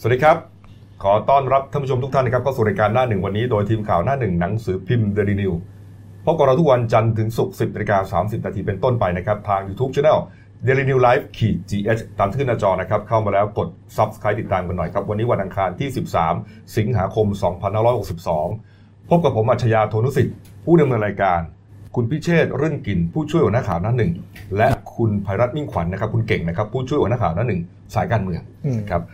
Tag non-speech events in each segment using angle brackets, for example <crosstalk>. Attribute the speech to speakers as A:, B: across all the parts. A: สวัสดีครับ ขอต้อนรับท่านผู้ชมทุกท่านนะครับเข้าสู่รายการหน้าหนึ่งวันนี้โดยทีมข่าวหน้าหนึ่งหนังสือพิมพ์เดลินิวพบกับเราทุกวันจันทร์ถึงศุกร์10นาฬิกา30นาทีเป็นต้นไปนะครับ ทาง YouTube Channel d a i l y New Life ขีด GH ตามที่ขึ้นหน้าจอนะครับ เข้ามาแล้วกด Subscribe ติดตามกันหน่อยครับ วันนี้วันอังคารที่ 13 สิงหาคม 2562 พบกับผมอัจฉริยะโทนุสิทธิ์ผู้ดำเนินรายการ คุณพิเชษฐ์รื่นกินผู้ช่วยหัวหน้าข่าวหน้าหนึ่งและคุณภัยรัตน์มิ่งขวัญนะครับคุณเก่งนะครับผู้ช่วยหัวหน้าข่าวหน้าหนึ่งสายการเมือง
B: อืม
A: ครับ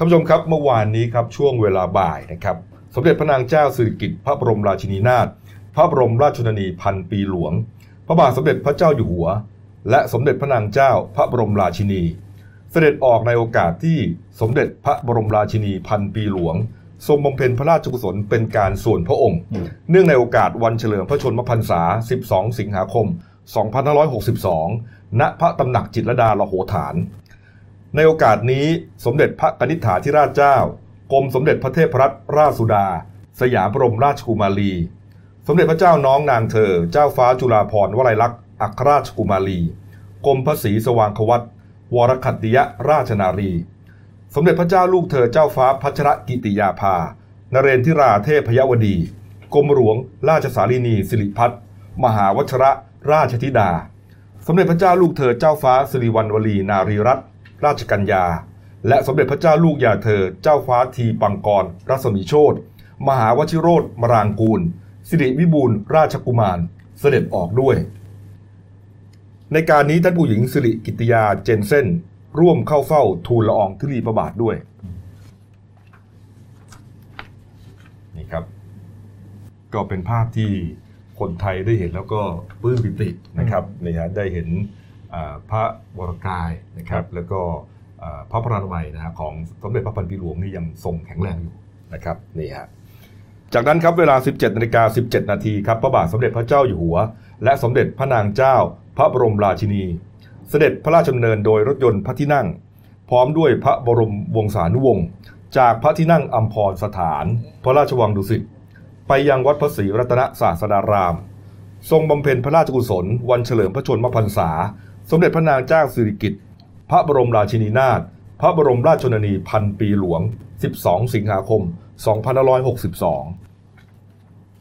A: ท่านผู้ชมครับเมื่อวานนี้ครับช่วงเวลาบ่ายนะครับสมเด็จพระนางเจ้าสิริกิติ์พระบรมราชินีนาถพระบรมราชชนนีพันปีหลวง พระบาทสมเด็จพระเจ้าอยู่หัว และสมเด็จพระนางเจ้าพระบรมราชินี เสด็จออกในโอกาสที่สมเด็จพระบรมราชินีพันปีหลวง ทรงบำเพ็ญพระราชกุศลเป็นการส่วนพระองค์ เนื่องในโอกาสวันเฉลิมพระชนมพรรษา 12 สิงหาคม 2562 ณ พระตำหนักจิตรลดาละโหฐาน ในโอกาสนี้สมเด็จพระกนิษฐาธิราชเจ้า กรมสมเด็จพระเทพรัตนราชสุดา สยามบรมราชกุมารี สมเด็จพระเจ้าน้องนางเธอ เจ้าฟ้าจุฬาภรณ์วลัยลักษณ์อัครราชกุมารี กรมพระศรีสว่างควัตวรคัตติยราชนารี สมเด็จพระเจ้าลูกเธอเจ้าฟ้าพัชรกิติยาภา นเรนทิราเทพยวดี กรมหลวงราชสารินีสิริพัฒน์มหาวชระราชธิดา สมเด็จพระเจ้าลูกเธอเจ้าฟ้าสิริวัณวลีนารีรัตนราชกัญญา และสมเด็จพระเจ้าลูกยาเธอเจ้าฟ้าทีปังกร รัศมีโชตมหาวชิโรธมรางกูล สิริวิบูลย์ราชกุมารเสด็จออกด้วย ในการนี้ท่านผู้หญิงสิริกิติยาเจนเซนร่วมเข้าเฝ้าทูลละอองธุลีพระบาทด้วยนี่ครับ ก็เป็นภาพที่คนไทยได้เห็นแล้วก็ปลื้มปิตินะครับนะฮะได้เห็นอ่าพระวรกายนะครับ แล้วก็อ่าพระพรานามัยนะฮะของสมเด็จพระพันปีหลวงนี่ยังทรงแข็งแรงอยู่นะครับนี่ฮะจากนั้นครับเวลา 17นาฬิกา17 นาทีครับพระบาทสมเด็จพระเจ้าอยู่หัว และสมเด็จพระนางเจ้า พระบรมราชินี เสด็จพระราชดำเนินโดยรถยนต์พระที่นั่ง พร้อมด้วยพระบรมวงศานุวงศ์จากพระที่นั่งอัมพรสถาน พระราชวังดุสิต ไปยังวัดพระศรีรัตนศาสดาราม ทรงบำเพ็ญพระราชกุศล วันเฉลิมพระชนมพรรษา สมเด็จพระนางเจ้าสิริกิติ์พระบรมราชินีนาถพระบรมราชชนนีพันปีหลวง 12 สิงหาคม 2562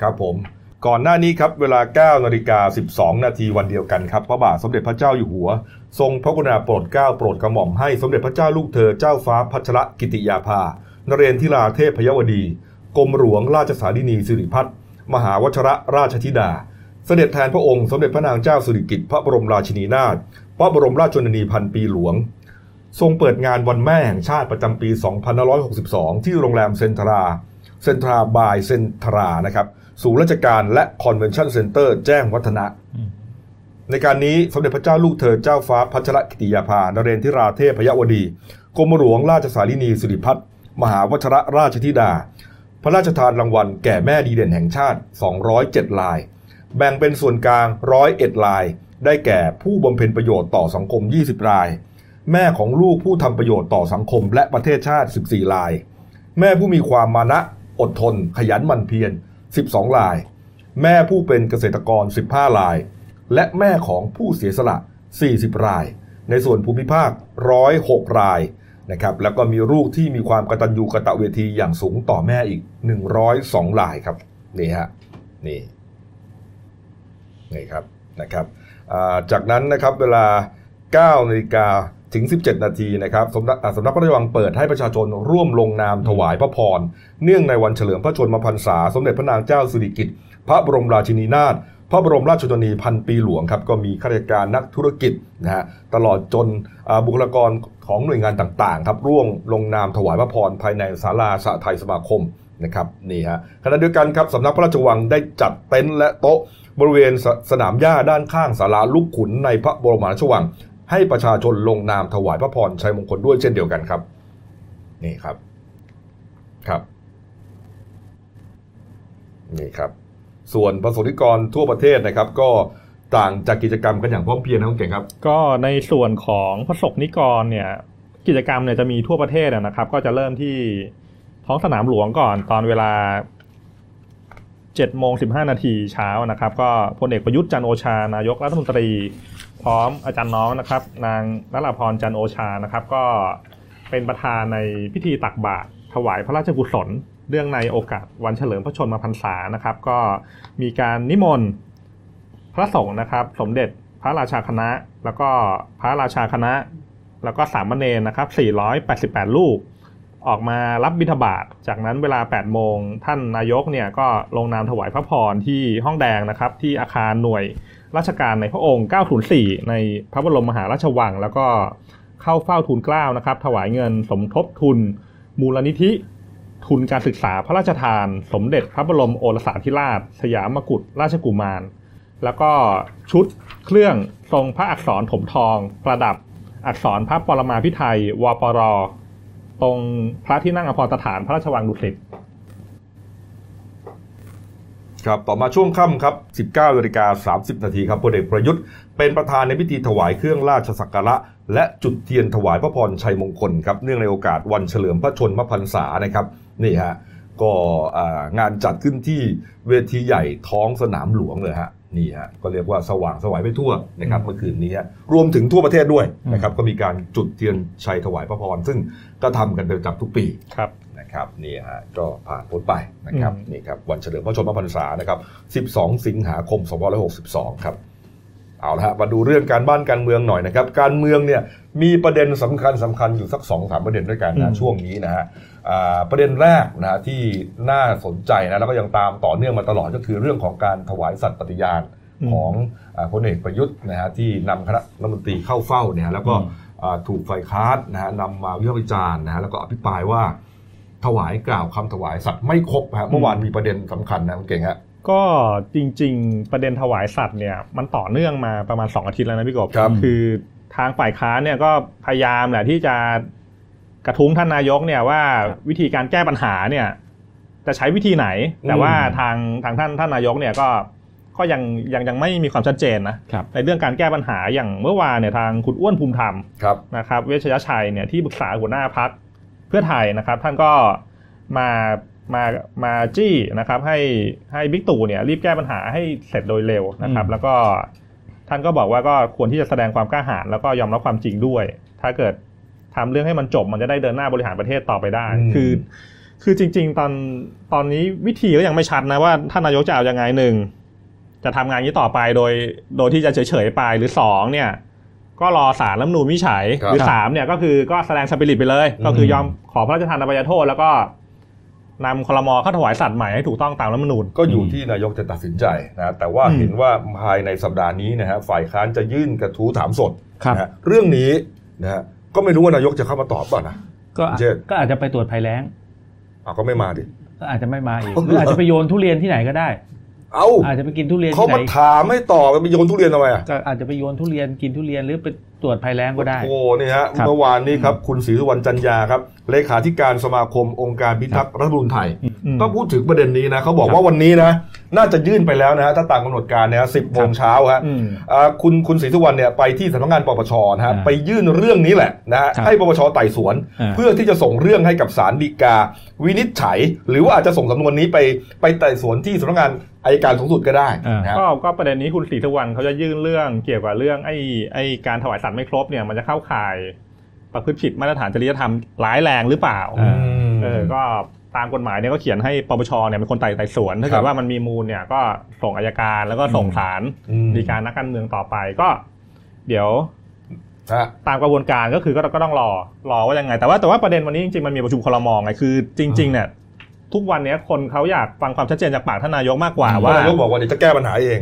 A: ครับผม ก่อนหน้านี้ครับเวลา 9 นาฬิกา 12 นาทีวันเดียวกันครับ พระบาทสมเด็จพระเจ้าอยู่หัว ทรงพระกรุณาโปรดเกล้าโปรดกระหม่อมให้สมเด็จพระเจ้าลูกเธอเจ้าฟ้าพัชรกิติยาภา นเรนทิราเทพยวดี กรมหลวงราชสารินีสิริพัฒน์มหาวชระราชธิดา เสด็จแทนพระองค์สมเด็จพระนางเจ้าสิริกิติ์พระบรมราชินีนาถพระบรมราชชนนีพันปีหลวง ทรงเปิดงานวันแม่แห่งชาติประจำปี 2562 ที่โรงแรมเซนทรา เซนทราบายเซนทรานะครับ ศูนย์ราชการและคอนเวนชั่นเซ็นเตอร์แจ้งวัฒนะ ในการนี้สมเด็จพระเจ้าลูกเธอเจ้าฟ้าพัชรกิติยาภานเรนทิราเทพยวดี กรมหลวงราชสารินีสิริพัฒน์มหาวชรราชธิดา พระราชทานรางวัลแก่แม่ดีเด่นแห่งชาติ 207 ลาย แบ่งเป็นส่วนกลาง 101 ลาย ได้แก่ผู้บำเพ็ญประโยชน์ต่อสังคม 20 ราย แม่ของลูกผู้ทำประโยชน์ต่อสังคมและประเทศชาติ 14 ลาย แม่ผู้มีความมานะอดทน ขยันหมั่นเพียร 12 ลาย แม่ผู้เป็นเกษตรกร 15 ลาย และแม่ของผู้เสียสละ 40 ราย ในส่วนภูมิภาค 106 รายนะครับ แล้วก็มีลูกที่มีความกตัญญูกตเวทีอย่างสูงต่อแม่อีก 102 รายครับ นี่ฮะ นี่ นี่ครับ นะครับอ่าจากนั้นนะครับเวลา 9 นาฬิกาถึง 17 นาทีนะครับสำนักอ่าสำนักพระราชวังเปิดให้ประชาชนร่วมลงนามถวายพระพร เนื่องในวันเฉลิมพระชนมพรรษา สมเด็จพระนางเจ้าสิริกิติ์พระบรมราชินีนาถพระบรมราชชนนีพันปีหลวงครับก็มีข้าราชการนักธุรกิจนะฮะตลอดจนอ่าบุคลากรของหน่วยงานต่างๆครับร่วมลงนามถวายพระพรภายในศาลาสหไทยสมาคมนะครับนี่ฮะขณะเดียวกันครับสำนักพระราชวังได้จัดเต็นท์และโต๊ะ บริเวณสสนามหญ้าด้านข้างศาลาลูกขุนในพระบรมราชวัง ให้ประชาชนลงนามถวายพระพรชัยมงคลด้วยเช่นเดียวกันครับ นี่ครับ ครับ นี่ครับ ส่วนประสงนิกรทั่วประเทศนะครับ ก็ต่างจากกิจกรรมกันอย่างพร้อมเพรียงนะคุณเก่งครับ
B: ก็ในส่วนของพระสกนิกรเนี่ยกิจกรรมเนี่ยจะมีทั่วประเทศอะนะครับ ก็จะเริ่มที่ท้องสนามหลวงก่อนตอนเวลา 7โมง15 นาทีเช้านะครับ ก็พลเอกประยุทธ์จันทร์โอชา นายกรัฐมนตรี พร้อมอาจารย์น้องนะครับ นางนราพรจันทร์โอชานะครับ ก็เป็นประธานในพิธีตักบาตรถวายพระราชกุศล เรื่องในโอกาสวันเฉลิมพระชนมพรรษานะครับ ก็มีการนิมนต์พระสงฆ์นะครับ สมเด็จพระราชาคณะ แล้วก็พระราชาคณะ แล้วก็สามเณรนะครับ 488 รูป ออกมารับบิณฑบาต จากนั้นเวลา 8 โมง ท่านนายกเนี่ยก็ลงนามถวายพระพรที่ห้องแดงนะครับ ที่อาคารหน่วยราชการในพระองค์ 904 ในพระบรมมหาราชวัง แล้วก็เข้าเฝ้าทูลเกล้านะครับ ถวายเงินสมทบทุน มูลนิธิ ทุนการศึกษาพระราชทาน สมเด็จพระบรมโอรสาธิราช สยามกุฎราชกุมาร แล้วก็ชุดเครื่องทรงพระอักษรถมทอง ประดับอักษรพระปรมาพิไทยวปร ตรงพระที่นั่งอภรสถานพระราชวังดุสิต
A: ครับต่อมาช่วงค่ำครับ 19นาฬิกา30 นาทีครับพลเอกประยุทธ์เป็นประธานในพิธีถวายเครื่องราชสักการะ และจุดเทียนถวายพระพรชัยมงคลครับเนื่องในโอกาสวันเฉลิมพระชนมพรรษานะครับนี่ฮะก็อ่างานจัดขึ้นที่เวทีใหญ่ท้องสนามหลวงเลยฮะนี่ฮะก็เรียกว่าสว่างสวายไปทั่วนะครับเมื่อคืนนี้ฮะรวมถึงทั่วประเทศด้วยนะครับก็มีการจุดเทียนชัยถวายพระพรซึ่งก็ทำกันเป็นประจำทุกปี
B: ครับ
A: นะครับนี่ฮะก็ผ่านพ้นไปนะครับ
B: อืม
A: นี่ครับวันเฉลิมพระชนมพรรษานะครับ 12 สิงหาคม 2562 ครับเอาละฮะมาดูเรื่องการบ้านการเมืองหน่อยนะครับ การเมืองเนี่ยมีประเด็นสำคัญสำคัญอยู่สัก2อสประเด็นด้วยกันนะช่วงนี้นะฮะอ่าประเด็นแรกนะฮะที่น่าสนใจนะแล้วก็ยังตามต่อเนื่องมาตลอดก็คือเรื่องของการถวายสัตย์ปฏิญาณ ของอ่าพลเอกประยุทธ์นะฮะที่นำคณะรัฐมนตรีเข้าเฝ้าเนี่ยแล้วก็
B: อืม
A: อ่าถูกฝ่ายค้านนะฮะนำมาวิพากษ์วิจารณ์นะฮะแล้วก็อภิปรายว่า ถวายกล่าวคำถวายสัตว์ไม่ครบฮะเมื่อวานมีประเด็นสำคัญนะคุณเก่งฮะ
B: ก็จริงๆ ประเด็นถวายสัตว์เนี่ยมันต่อเนื่องมาประมาณ 2 อาทิตย์แล้วนะพี่กบ
A: ครับ
B: คือทางฝ่ายค้านเนี่ยก็พยายามแหละที่จะกระทุ้งท่านนายกเนี่ยว่าวิธีการแก้ปัญหาเนี่ยจะใช้วิธีไหน แต่ว่าทางทางท่านท่านนายกเนี่ยก็ก็ยังยังยังไม่มีความชัดเจนนะครับ ในเรื่องการแก้ปัญหาอย่างเมื่อวานเนี่ยทางคุณอ้วนภูมิธรรม
A: ครับ
B: นะครับเวชยชัยเนี่ยที่ปรึกษาหัวหน้าพักเพื่อไทยนะครับ ท่านก็มามามาจี้นะครับให้ให้บิ๊กตู่เนี่ยรีบแก้ปัญหาให้เสร็จโดยเร็วนะครับ
C: อืม
B: แล้วก็ท่านก็บอกว่าก็ควรที่จะแสดงความกล้าหาญแล้วก็ยอมรับความจริงด้วย ถ้าเกิดทำเรื่องให้มันจบมันจะได้เดินหน้าบริหารประเทศต่อไปได้
A: อืม
B: คือ คือจริง ๆ ตอนตอนนี้วิธีก็ยังไม่ชัดนะว่าท่านนายกจะเอายังไงหนึ่งจะทำงานนี้ต่อไปโดยโดยที่จะเฉยๆไปหรือสองเนี่ย ก็รอสารรัฐธรรมนูญวินิจฉัย
A: ครับ
B: หรือสามเนี่ยก็คือก็แสดงสปิริตไปเลย
A: อืม
B: ก็คือยอมขอพระราชทานอภัยโทษ แล้วก็นำคลรมอเข้าถวายสัตว์ใหม่ให้ถูกต้องตามรัฐธรรมนูญ
A: ก็อยู่ที่นายกจะตัดสินใจนะแต่ว่า
B: อืม
A: เห็นว่าภายในสัปดาห์นี้นะฮะฝ่ายค้านจะยื่นกระทู้ถามสด
C: ครับ
A: นะฮะเรื่องนี้นะฮะก็ไม่รู้ว่านายกจะเข้ามาตอบเปล่ะนะ
C: ก็อาจ
A: เช่น
C: ก็อาจจะไปตรวจภัยแล้ง
A: อ่ะก็ไม่มาดิ
C: ก็อาจจะไม่มาอีก
A: อ๋อเหรอ
C: หรืออาจจะไปโยนทุเรียนที่ไหนก็ได้
A: เอ้า
C: อาจจะไปกินทุเรียน
A: เขา
C: ที่ไหน
A: มาถามให้ตอบไปโยนทุเรียนทำไมอ่ะ
C: ก็อาจจะไปโยนทุเรียนกินทุเรียนหรือไปตรวจภัยแล้งก็ได้
A: โอ้โหนี่ฮะ
C: ครับ
A: เมื่อวานนี้ครับ คุณศรีสุวรรณจันยาครับ เลขาธิการสมาคมองค์การพิทักษ์รัฐธรรมนูญไทย
B: อืม
A: ก็พูดถึงประเด็นนี้นะเขาบอกว่าวันนี้นะ น่าจะยื่นไปแล้วนะฮะถ้าตามกำหนดการเนี่ยสิบโมงเช้าฮะ
B: อืม
A: อ่าคุณคุณศรีสุวรรณเนี่ยไปที่สำนักงานปปชนะฮะ
C: อ่า
A: ไปยื่นเรื่องนี้แหละนะฮะ
C: ครับ
A: ให้ปปชไต่สวน
C: อ่า
A: เพื่อที่จะส่งเรื่องให้กับศาลฎีกา วินิจฉัย หรือว่าอาจจะส่งสำนวนนี้ไปไปไต่สวนที่สำนักงานอายการสูงสุดก็ได้นะฮะ
B: ก็ก็ประเด็นนี้คุณศรีสุวรรณเขาจะยื่นเรื่องเกี่ยวกับเรื่องไอ้ไอ้การถวายสัตว์ไม่ครบเนี่ยมันจะเข้าข่ายประพฤติผิดมาตรฐานจริยธรรมร้ายแรงหรือเปล่า
C: อ่า
B: เออก็ตามกฎหมายเนี่ยก็เขียนให้ปปชเนี่ยเป็นคนไต่ไต่สวน ถ้า
A: ครั
B: เกิ
A: บ
B: ดว่ามันมีมูลเนี่ยก็ส่งอายการแล้วก็ส่งศาล
A: อืม
B: ดีการนักการเมืองต่อไปก็ เดี๋ยว
A: ฮะ
B: ตามกระบวนการก็คือก็ก็ต้องรอรอว่ายังไง แต่ว่าแต่ว่าประเด็นวันนี้จริงๆมันมีประชุมคลมองไงคือ จริงๆเนี่ยทุกวันเนี้ยคนเขาอยากฟังความชัดเจนจากปากท่านนายกมากกว่า
A: แต่ว่า
B: ว่า
A: นายกบอกว่าเดี๋ยวจะแก้ปัญหาเอง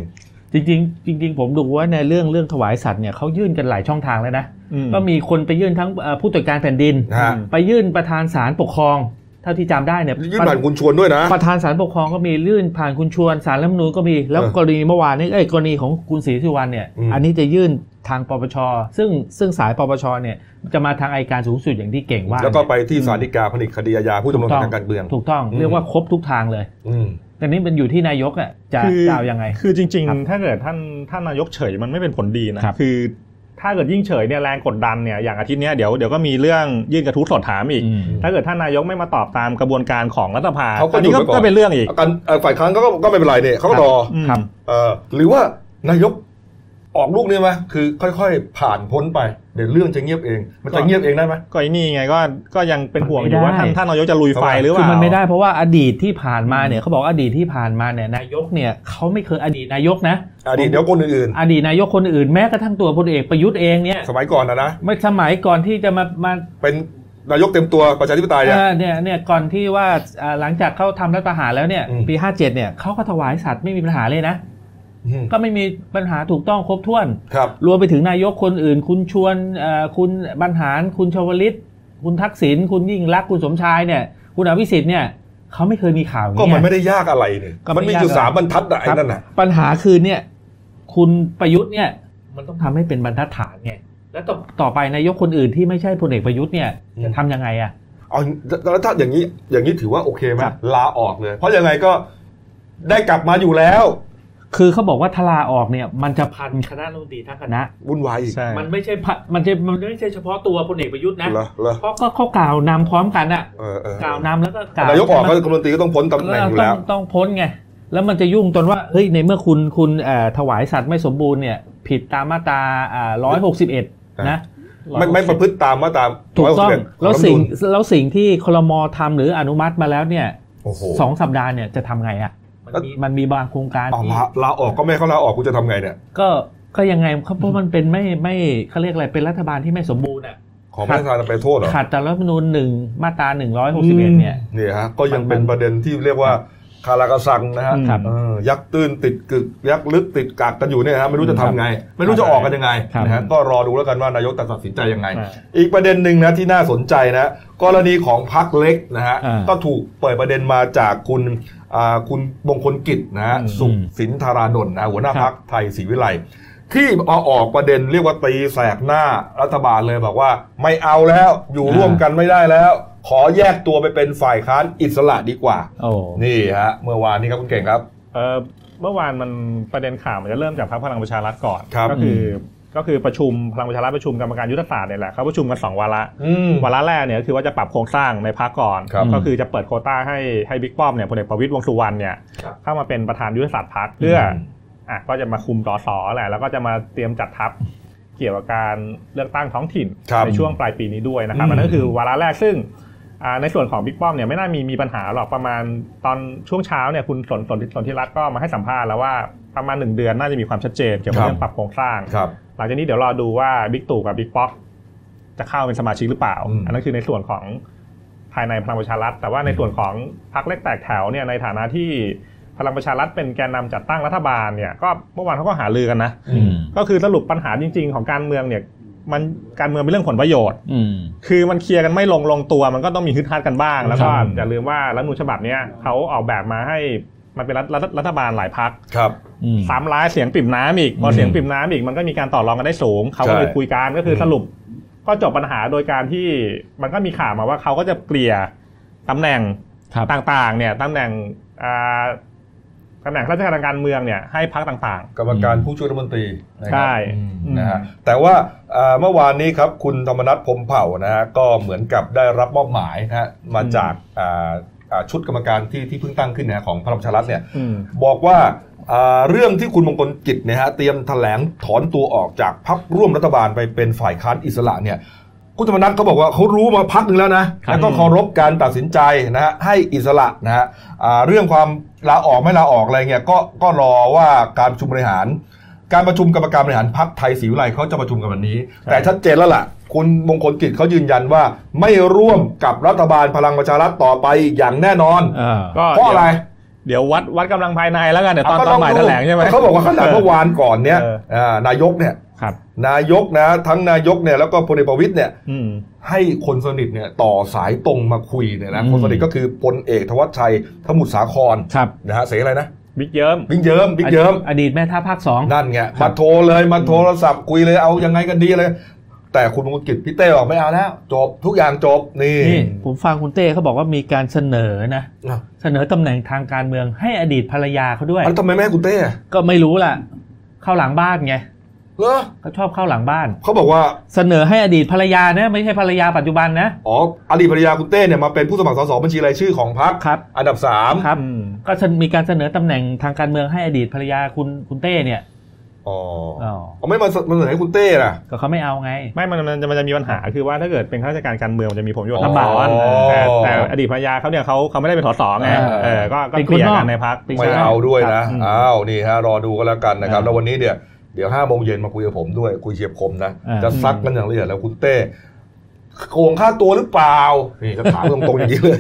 C: จริงๆจริง ๆ ผมดูว่าในเรื่องเรื่องถวายสัตว์เนี่ยเขายื่นกันหลายช่องทางแล้วนะ
B: อืม
C: ก็มีคนไปยื่นทั้งเอ่อผู้ตรวจการแผ่นดิน
A: นะฮะ
C: ไปยื่นประธานศาลปกครอง เท่าที่จำได้เนี่ย
A: ยื่นผ่านคุณชวนด้วยนะ
C: ประธานศาลปกครองก็มียื่นผ่านคุณชวนศาลรัฐธรรมนูญก็มีแล้ว
A: เออก
C: รณีเมื่อวานนี้เอ้ยกรณีของคุณศรีสุวรรณเนี่ย
A: อืม
C: อันนี้จะยื่นทางปปชซึ่งซึ่งสายปปชเนี่ยจะมาทางอัยการสูงสุดอย่างที่เก่งว่า
A: แล้วก็ไปที่ศาลฎีกาผลิตคดีอาญาผู้ดำรงตำแหน่งทางการเมือง
C: ถูกต้อง
A: อืม
C: เรียกว่าครบทุกทางเลย
A: อืม
C: แต่นี้มันอยู่ที่นายกอ่ะจะ
B: คือ
C: จะเอายังไง
B: คือจริง
C: ครับ
B: ๆ ถ้าเกิดท่านท่านนายกเฉยมันไม่เป็นผลดีนะครับ คือ ถ้าเกิดยิ่งเฉยเนี่ยแรงกดดันเนี่ยอย่างอาทิตย์เนี้ยเดี๋ยวเดี๋ยวก็มีเรื่องยื่นกระทู้สดถามอีก
C: อืม
B: ถ้าเกิดท่านนายกไม่มาตอบตามกระบวนการของรัฐสภา
A: เขาก็
B: อันนี้
A: หยุดไว้ก่อน
B: ก็เป็นเรื่องอีก
A: กันเอ่อฝ่ายค้านก็ก็ไม่เป็นไรเนี่ยเขาก็รอ
B: อืม
C: ครับ
A: เอ่อหรือว่านายกออกลูกนี่ไหมคือค่อยๆ ผ่านพ้นไปเดี๋ยวเรื่องจะเงียบเอง มันจะเงียบเองได้ไหม
B: ก็ไอ้นี่ไงก็ก็ยังเป็นห่วงอยู่
C: ไม่ได้
B: ว่าท่านท่านนายกจะลุยไฟหรือเป
C: คือ
B: ล่า
C: มันไม่ได้เพราะว่าอดีตที่ผ่านมาเนี่ยเขาบอกอดีตที่ผ่านมาเนี่ยนายกเนี่ยเขาไม่เคยอดีตนายกนะ
A: อดีตเดี๋ยวคนอื่น
C: อดีตนายกคนอื่นแม้กระทั่งตัวพลเอกประยุทธ์เองเนี่ย
A: ๆ สมัยก่อนนะนะ
C: ไม่สมัยก่อนที่จะมามา
A: เป็นนายกเต็มตัวประชาธิปไตยเนี่ย
C: เอ่อเนี่ยเนี่ยก่อนที่ว่าเอ่อหลังจากเขาทำรัฐประหารแล้วเนี่ย
A: อืม
C: ปี 57เนี่ยเขาก็ถวายสัตว์ไม่มีปัญหาเลยนะ
A: อืม
C: ก็ไม่มีปัญหาถูกต้องครบถ้วน
A: ครับ
C: รวมไปถึงนายกคนอื่น คุณชวนเอ่อคุณบรรหาร คุณชวลิต คุณทักษิณคุณยิ่งรักษณ์คุณสมชายเนี่ย คุณอภิสิทธิ์เนี่ยเขาไม่เคยมีข่าวอย่าง
A: ก็มัน
C: เงี้ย
A: ไม่ได้ยากอะไรนี่
C: ก็ไม่
A: มันมี
C: ยาก
A: อยู่
C: อะไร
A: สามบรรทัดอะไอ้
C: ครับ
A: นั่นน่ะ
C: ปัญหาคือเนี่ยคุณประยุทธ์เนี่ยมันต้องทำให้เป็นบรรทัดฐานไงแล้วต่อต่อไปนายกคนอื่นที่ไม่ใช่พลเอกประยุทธ์เนี่ย
A: อืม
C: จะทำยังไงอะ
A: เอาแล้วถ้าอย่างนี้อย่างนี้ถือว่าโอเคไหม
C: ครับ
A: ลาออกเลย เพราะยังไงก็ได้กลับมาอยู่แล้ว
C: คือเขาบอกว่าทลาออกเนี่ยมันจะพันคณะรัฐมนตรีทั้งคณะ
A: วุ่นวายอีก
B: ใช่
C: มันไม่ใช่พะมันจะมันไม่ใช่เฉพาะตัวพลเอกประยุทธ์นะ
A: เหรอเหรอ
C: เพราะก็เขากล่าวนำพร้อมกันอะ
A: เออเออก
C: ล่าวนำแล้วก็กล่าวน
A: ายกออกก็รัฐมนตรีก็ต้องพ้นตำแหน่งอยู่
C: ต้
A: แล้ว
C: องต้องพ้นไง แล้วมันจะยุ่งตนว่าเฮ้ยในเมื่อคุณคุณเอ่อถวายสัตว์ไม่สมบูรณ์เนี่ยผิดตามมาตราร้อยหกสิบเอ็ด
A: อ่ะ
C: นะ
A: ไม่ไม่ประพฤติตามมาตรา
C: ถูกต้อ
A: 161ข
C: งแล้ว
A: รัฐธรรมนูญ
C: สิ่งแล้วสิ่งที่คลมอทำหรืออนุมัติมาแล้วเนี่ย
A: โอ้โห
C: สองสัปดาห์เนี่ยจะทำไงอ่ะมัน
A: แล้ว
C: มีมันมีบางโครงการ
A: เอา
C: ที่
A: ลาลาออกก็ไม่ให้เขาลาออกกูจะทำไงเนี่ย
C: ก็ก็ยังไงเขาเพราะมันเป็นไม่ไม่เขาเรียกอะไรเป็นรัฐบาลที่ไม่สมบูรณ์อ่ะ
A: ขอพระราชทานไปโทษเหรอ
C: ขัดต่อรัฐธรรมนูญหนึ่งมาตราหนึ่งร้อยหกสิบเอ็ดเนี่ย
A: เนี่ยฮะก็ยัง
C: มัน
A: เป็นประเด็นที่เรียกว่าคารากะซังนะฮะ
B: ครับ
A: เออยักษ์ตื้นติดกึกยักษ์ลึกติดกากกันอยู่เนี่ยฮะไม่รู้จะทำไง ไม่รู้จะออกกันยังไง
C: ครับ
A: นะฮะก็รอดูแล้วกันว่านายกจะตัดสินใจยังไง
B: อ่า
A: อีกประเด็นหนึ่งนะที่น่าสนใจนะกรณีของพักเล็กนะฮะ
C: อ่า
A: ก็ถูกเปิดประเด็นมาจากคุณอ่าคุณมงคลกิจนะฮะ
B: อืม
A: สุขสินธารานนท์นะหัวหน้า
C: ครับ
A: พักไทยศรีวิไลย์ที่มาออกประเด็นเรียกว่าตีแสกหน้ารัฐบาลเลยบอกว่าไม่เอาแล้วอยู่ร่วมกันไม่ได้แล้ว ขอแยกตัวไปเป็นฝ่ายค้านอิสระดีกว่า
C: โอ้
A: นี่ฮะเมื่อวานนี้ครับคุณเก่งครับ
B: เอ่อเมื่อวานมันประเด็นข่าวมันจะเริ่มจากพรรคพลังประชารัฐก่อน
A: ครับ
B: ก็คืออก็คือประชุมพลังประชารัฐประชุมกรรมการยุทธศาสตร์เนี่ยแหละเขาประชุมกันสองวาระ
A: อืม
B: วาระแรกเนี่ยก็คือว่าจะปรับโครงสร้างในพรรคก่อน
A: ครับ
B: ก็คือจะเปิดโควต้าให้ให้บิ๊กป้อมเนี่ยพลเอกประวิตยวงษ์สุวรรณเนี่ย
A: ครับ
B: เข้ามาเป็นประธานยุทธศาสตร์พรรคเพื่ออ อ่ะก็จะมาคุมสอสอแหละแล้วก็จะมาเตรียมจัดทัพเกี่ยวกับการเลือกตั้งท้องถิ่น
A: ครับ
B: ในช่วงปลายปีนี้ด้วยนะครับ
A: อืม
B: อันนั้นก็คือวาระแรกซึ่งอ่าในส่วนของบิ๊กป้อมเนี่ยไม่น่ามีมีปัญหาหรอกประมาณตอนช่วงเช้าเนี่ยคุณสนสนสนธิรัตน์ก็มาให้สัมภาษณ์แล้วว่าประมาณหนึ่งเดือนน่าจะมีความชัดเจนเกี่ยวกับ
A: ครับ
B: เรื่องปรับโครงสร้าง
A: ครับ
B: หลังจากนี้เดี๋ยวรอดูว่าบิ๊กตู่กับบิ๊กป๊อกจะเข้าเป็นสมาชิกหรือเปล่า
A: อืม
B: อันนั้นคือในส่วนของภายในพลังประชารัฐ แต่ว่าในส่วนของพรรคเล็กแตกแถวเนี่ยในฐานะที่พลังประชารัฐเป็นแกนนำจัดตั้งรัฐบาลเนี่ยก็เมื่อวานเขาก็หารือกันนะ
A: อืม
B: ก็คือสรุปปัญหาจริง ๆ ของการเมืองเนี่ยมันการเมืองเป็นเรื่องผลประโยชน์
C: อืม
B: คือมันเคลียร์กันไม่ลงลงตัวมันก็ต้องมีฮึดฮัดกันบ้าง แล้วก็
C: ครับ
B: อย่าลืมว่ารัฐธรรมนูญฉบับเนี้ยเขาออกแบบมาให้มันเป็นรัฐรัฐรัฐบาลหลายพรรค
A: ครับ
C: อืม
B: สามล้านเสียงปริ่มน้ำอีกพอ
C: อืม
B: เสียงปริ่มน้ำอีกมันก็มีการต่อรองกันได้สูงเขาก็เลย
A: ใช่
B: คุยกันก็คืออ
A: ม
B: สรุป ก็จบปัญหาโดยการที่มันก็มีข่าวมาว่าเขาก็จะเปลี่ยตำแหน่ง
C: ครับ
B: ต่างๆ เนี่ยตำแหน่งอ่าตำแหน่งข้าราชการทางการเมืองเนี่ยให้พักต่าง
A: กรรมการผู้ช่วยรัฐมนตรีนะครับ
B: ใช่
A: อืม
B: อืม
A: นะฮะแต่ว่าเอ่อเมื่อวานนี้ครับคุณธรรมนัฐพรหมเผ่านะฮะก็เหมือนกับได้รับมอบหมายนะฮะมา
B: อืม
A: จากอ่าอ่าชุดกรรมการที่ที่เพิ่งตั้งขึ้นนะฮะของพลังประชารัฐเนี่ย
B: ๆอืม
A: บอกว่าอ่าเรื่องที่คุณมงคลกิจเนี่ยฮะเตรียมแถลงถอนตัวออกจากพักร่วมรัฐบาลไปเป็นฝ่ายค้านอิสระเนี่ยคุณธรรมนัฐเขาบอกว่าเขารู้มาพักหนึ่งแล้วนะแล้วก็เคารพการตัดสินใจนะฮะให้อิสระนะฮะอ่าเรื่องความลาออกไม่ลาออกอะไรเงี้ยก็ก็รอว่าการประชุมบริหาร การประชุมกรรมการบริหารพักไทยศรีวิไลย์เขาจะประชุมกันวันนี้ แต่ชัดเจนแล้วล่ะ คุณมงคลกิจเขายืนยันว่าไม่ร่วมกับรัฐบาลพลังประชารัฐต่อไปอย่างแน่นอน
C: อ่า
B: ก็
A: เพราะอะไร
B: เดี๋ยววัดวัดกำลังภายในแล้วกันเดี๋ยวตอน
A: ก็ล
B: ตอน
A: ง
B: บ่าย
A: ดู
B: แถลงใช่ไหม
A: เขาบอกว่าขนาดเมื่อวานก่อนเนี้ย
B: เออ
A: เอ่อนายกเนี่ย
B: ครับ
A: นายกนะ ทั้งนายกเนี่ยแล้วก็พลเอกประวิตยเนี่ย
B: อืม
A: ให้คนสนิทเนี่ยต่อสายตรงมาคุยเนี่ยนะ
C: อืม
A: คนสนิทก็คือพลเอกธวัชชัยทมุทรสาคร
C: ครับ
A: นะฮะเสียอะไรนะ
B: บิ๊กเยิ้ม
A: บิ๊กเยิ้มบิ๊กเยิ้ม
C: อดีตแม่ทัพภาคสอง
A: นั่นไงมาโทรเลยมาโทรศัพท์คุยเลยเอายังไงกันดีเลย แต่คุณมงคลกิจพี่เต้บอกไม่เอาแล้ว จบทุกอย่างจบนี่
C: นี่ผมฟังคุณเต้เขาบอกว่ามีการเสนอนะ
A: อ่ะ
C: เสนอตำแหน่งทางการเมืองให้อดีตภรรยาเขาด้วย
A: แล้วทำไมแม่ให้คุณเต้อ่ะ
C: ก็ไม่รู้ล่ะ เข้าหลังบ้านไง
A: เหรอ
C: เขาชอบเข้าหลังบ้าน
A: เขาบอกว่า
C: เสนอให้อดีตภรรยานะ ไม่ใช่ภรรยาปัจจุบันนะ
A: อ๋ออดีตภรรยาคุณเต้เนี่ยมาเป็นผู้สมัครสสบัญชีรายชื่อของพรรค
C: ครับ
A: อันดับสาม
C: ครับ
B: อืม
C: ก็มีการเสนอตำแหน่งทางการเมืองให้อดีตภรรยาคุณคุณเต้เนี่ย
A: อ๋ออ
C: อ๋อ
A: เอาไม่มามาเสนอให้คุณเต้ล่ะ
C: ก็เขาไม่เอาไง
B: ไม่มันมันจะมันจะมีปัญหาคือว่าถ้าเกิดเป็นข้าราชการการเมืองมันจะมีผลประโยชน์
C: ลำบาก
B: ซ้อน
A: อ๋อ
B: แต่แต่อดีตภรรยาเขาเนี่ยเขาเขาไม่ได้เป็นสสไง
A: เออ
B: เออก็ก็
C: เป็น
B: เค
C: คน
B: ลียร์
C: นอก
B: กันในพัก
C: ไม่
A: ไม่เอาด้วยนะครับ อ้าวนี่ฮะรอดูก็แล้วกันนะครับ
C: อ่า
A: แล้ววันนี้เนี่ยเดี๋ยวห้าโมงเย็นมาคุยกับผมด้วยคุยเฉียบคมนะ
C: อ่า
A: จะซักกันอย่างละเอียดแล้วคุณเต้โกงค่าตัวหรือเปล่านี่จะถามตรงๆอย่างนี้เลย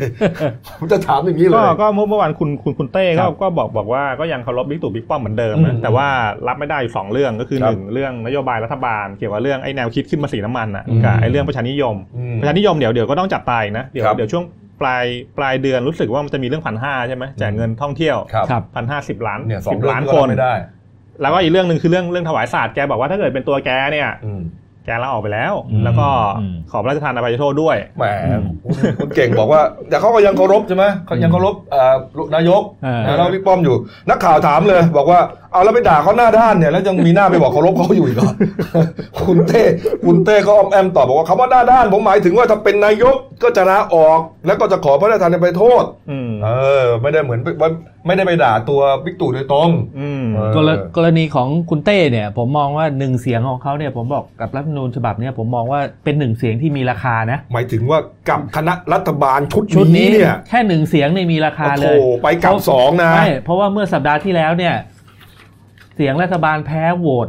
A: ผมจะถามอย่างนี้เล
B: ก็
A: ย
B: ก็เมื่อเมื่อวานคุณคุณคุณเต้ก็
C: ครับ
B: ก็บอกบอกว่าก็ยังเคารพบิ๊กตู่บิ๊กป้อมเหมือนเดิมนะ
A: อืม
B: แต่ว่ารับไม่ได้อยู่สองเรื่องก็คือ
A: ครั
B: ห
A: บ
B: นึ่งเรื่องนโยบายรัฐบาล เกี่ยวกับเรื่องไอ้แนวคิดขึ้นภาษีน้ำมันอ่ะ
C: อืม
B: กับไอ้เรื่องประชานิยม
A: อืม
B: ประชานิยมเดี๋ยวเดี๋ยวก็ต้องจับตายนะเดี๋ยว
A: ครับ
B: เดี๋ยวช่วงปลายปลายเดือนรู้สึกว่ามันจะมีเรื่องพันห้าใช่ไหมแจกเงินท่องเที่ยว
A: ครับ
C: ครับ
B: พันห้าสิบล้าน
A: เนี่ยสอ
B: สิ
A: ง
B: บ
A: เรื่อง
B: ล้าน
A: ที่
B: ค
A: ก็
B: น
A: ไม่ได้
B: แล้วก็อีกเรื่องหนึ่งคือเรื่องเรื่องถวายศาสตร์แกบอกว่าถ้าเกิดเป็นตัวแกเนี่ย
A: อืม
B: แกลาออกไปแล้ว
C: อืม
B: แล้วก็
C: อืม
B: ขอพระราชทานอภัยโทษด้วย
A: แหม
C: อืม
A: คุณคุณเก่งบอกว่า แต่เขาก็ยังเคารพใช่ไหมเขายังเคารพเอ่อนายก
C: เออ
A: นะแล้วพี่ป้อมอยู่ นักข่าวถามเลย บอกว่าเอาแล้วไปด่าเขาหน้าด้านเนี่ยแล้วยังมีหน้าไปบอกเคารพเขาอยู่อีกเหร <laughs> อ คุณเต้คุณเต้ก็อ้อมแอมตอบบอกว่าคำว่าหน้าด้านผมหมายถึงว่าถ้าเป็นนายกก็จะลาออกแล้วก็จะขอพระราชทานไปโทษ
B: อืม
A: เออ ไม่ได้เหมือนว่าไม่ได้ไปด่าตัวบิ๊กตู่โดยตรง
B: อืม
A: เออ
C: กรณกรณีของคุณเต้เนี่ย ผมมองว่าหนึ่งเสียงของเขาเนี่ยผมบอกกับรัฐธรรมนูญฉบับเนี่ยผมมองว่าเป็นหนึ่งเสียงที่มีราคานะ
A: หมายถึงว่ากับคณะรัฐบาลชุด
C: ชุดนี้
A: นี้เนี่ย
C: แค่หนึ่งเสียงเนี่ยมีราคา
A: โอ้
C: เล
A: โห
C: ย
A: ไปกับสองนะ
C: ใช่เพราะว่าเมื่อสัปดาห์ที่แล้วเนี่ย เสียงรัฐบาลแพ้โหวต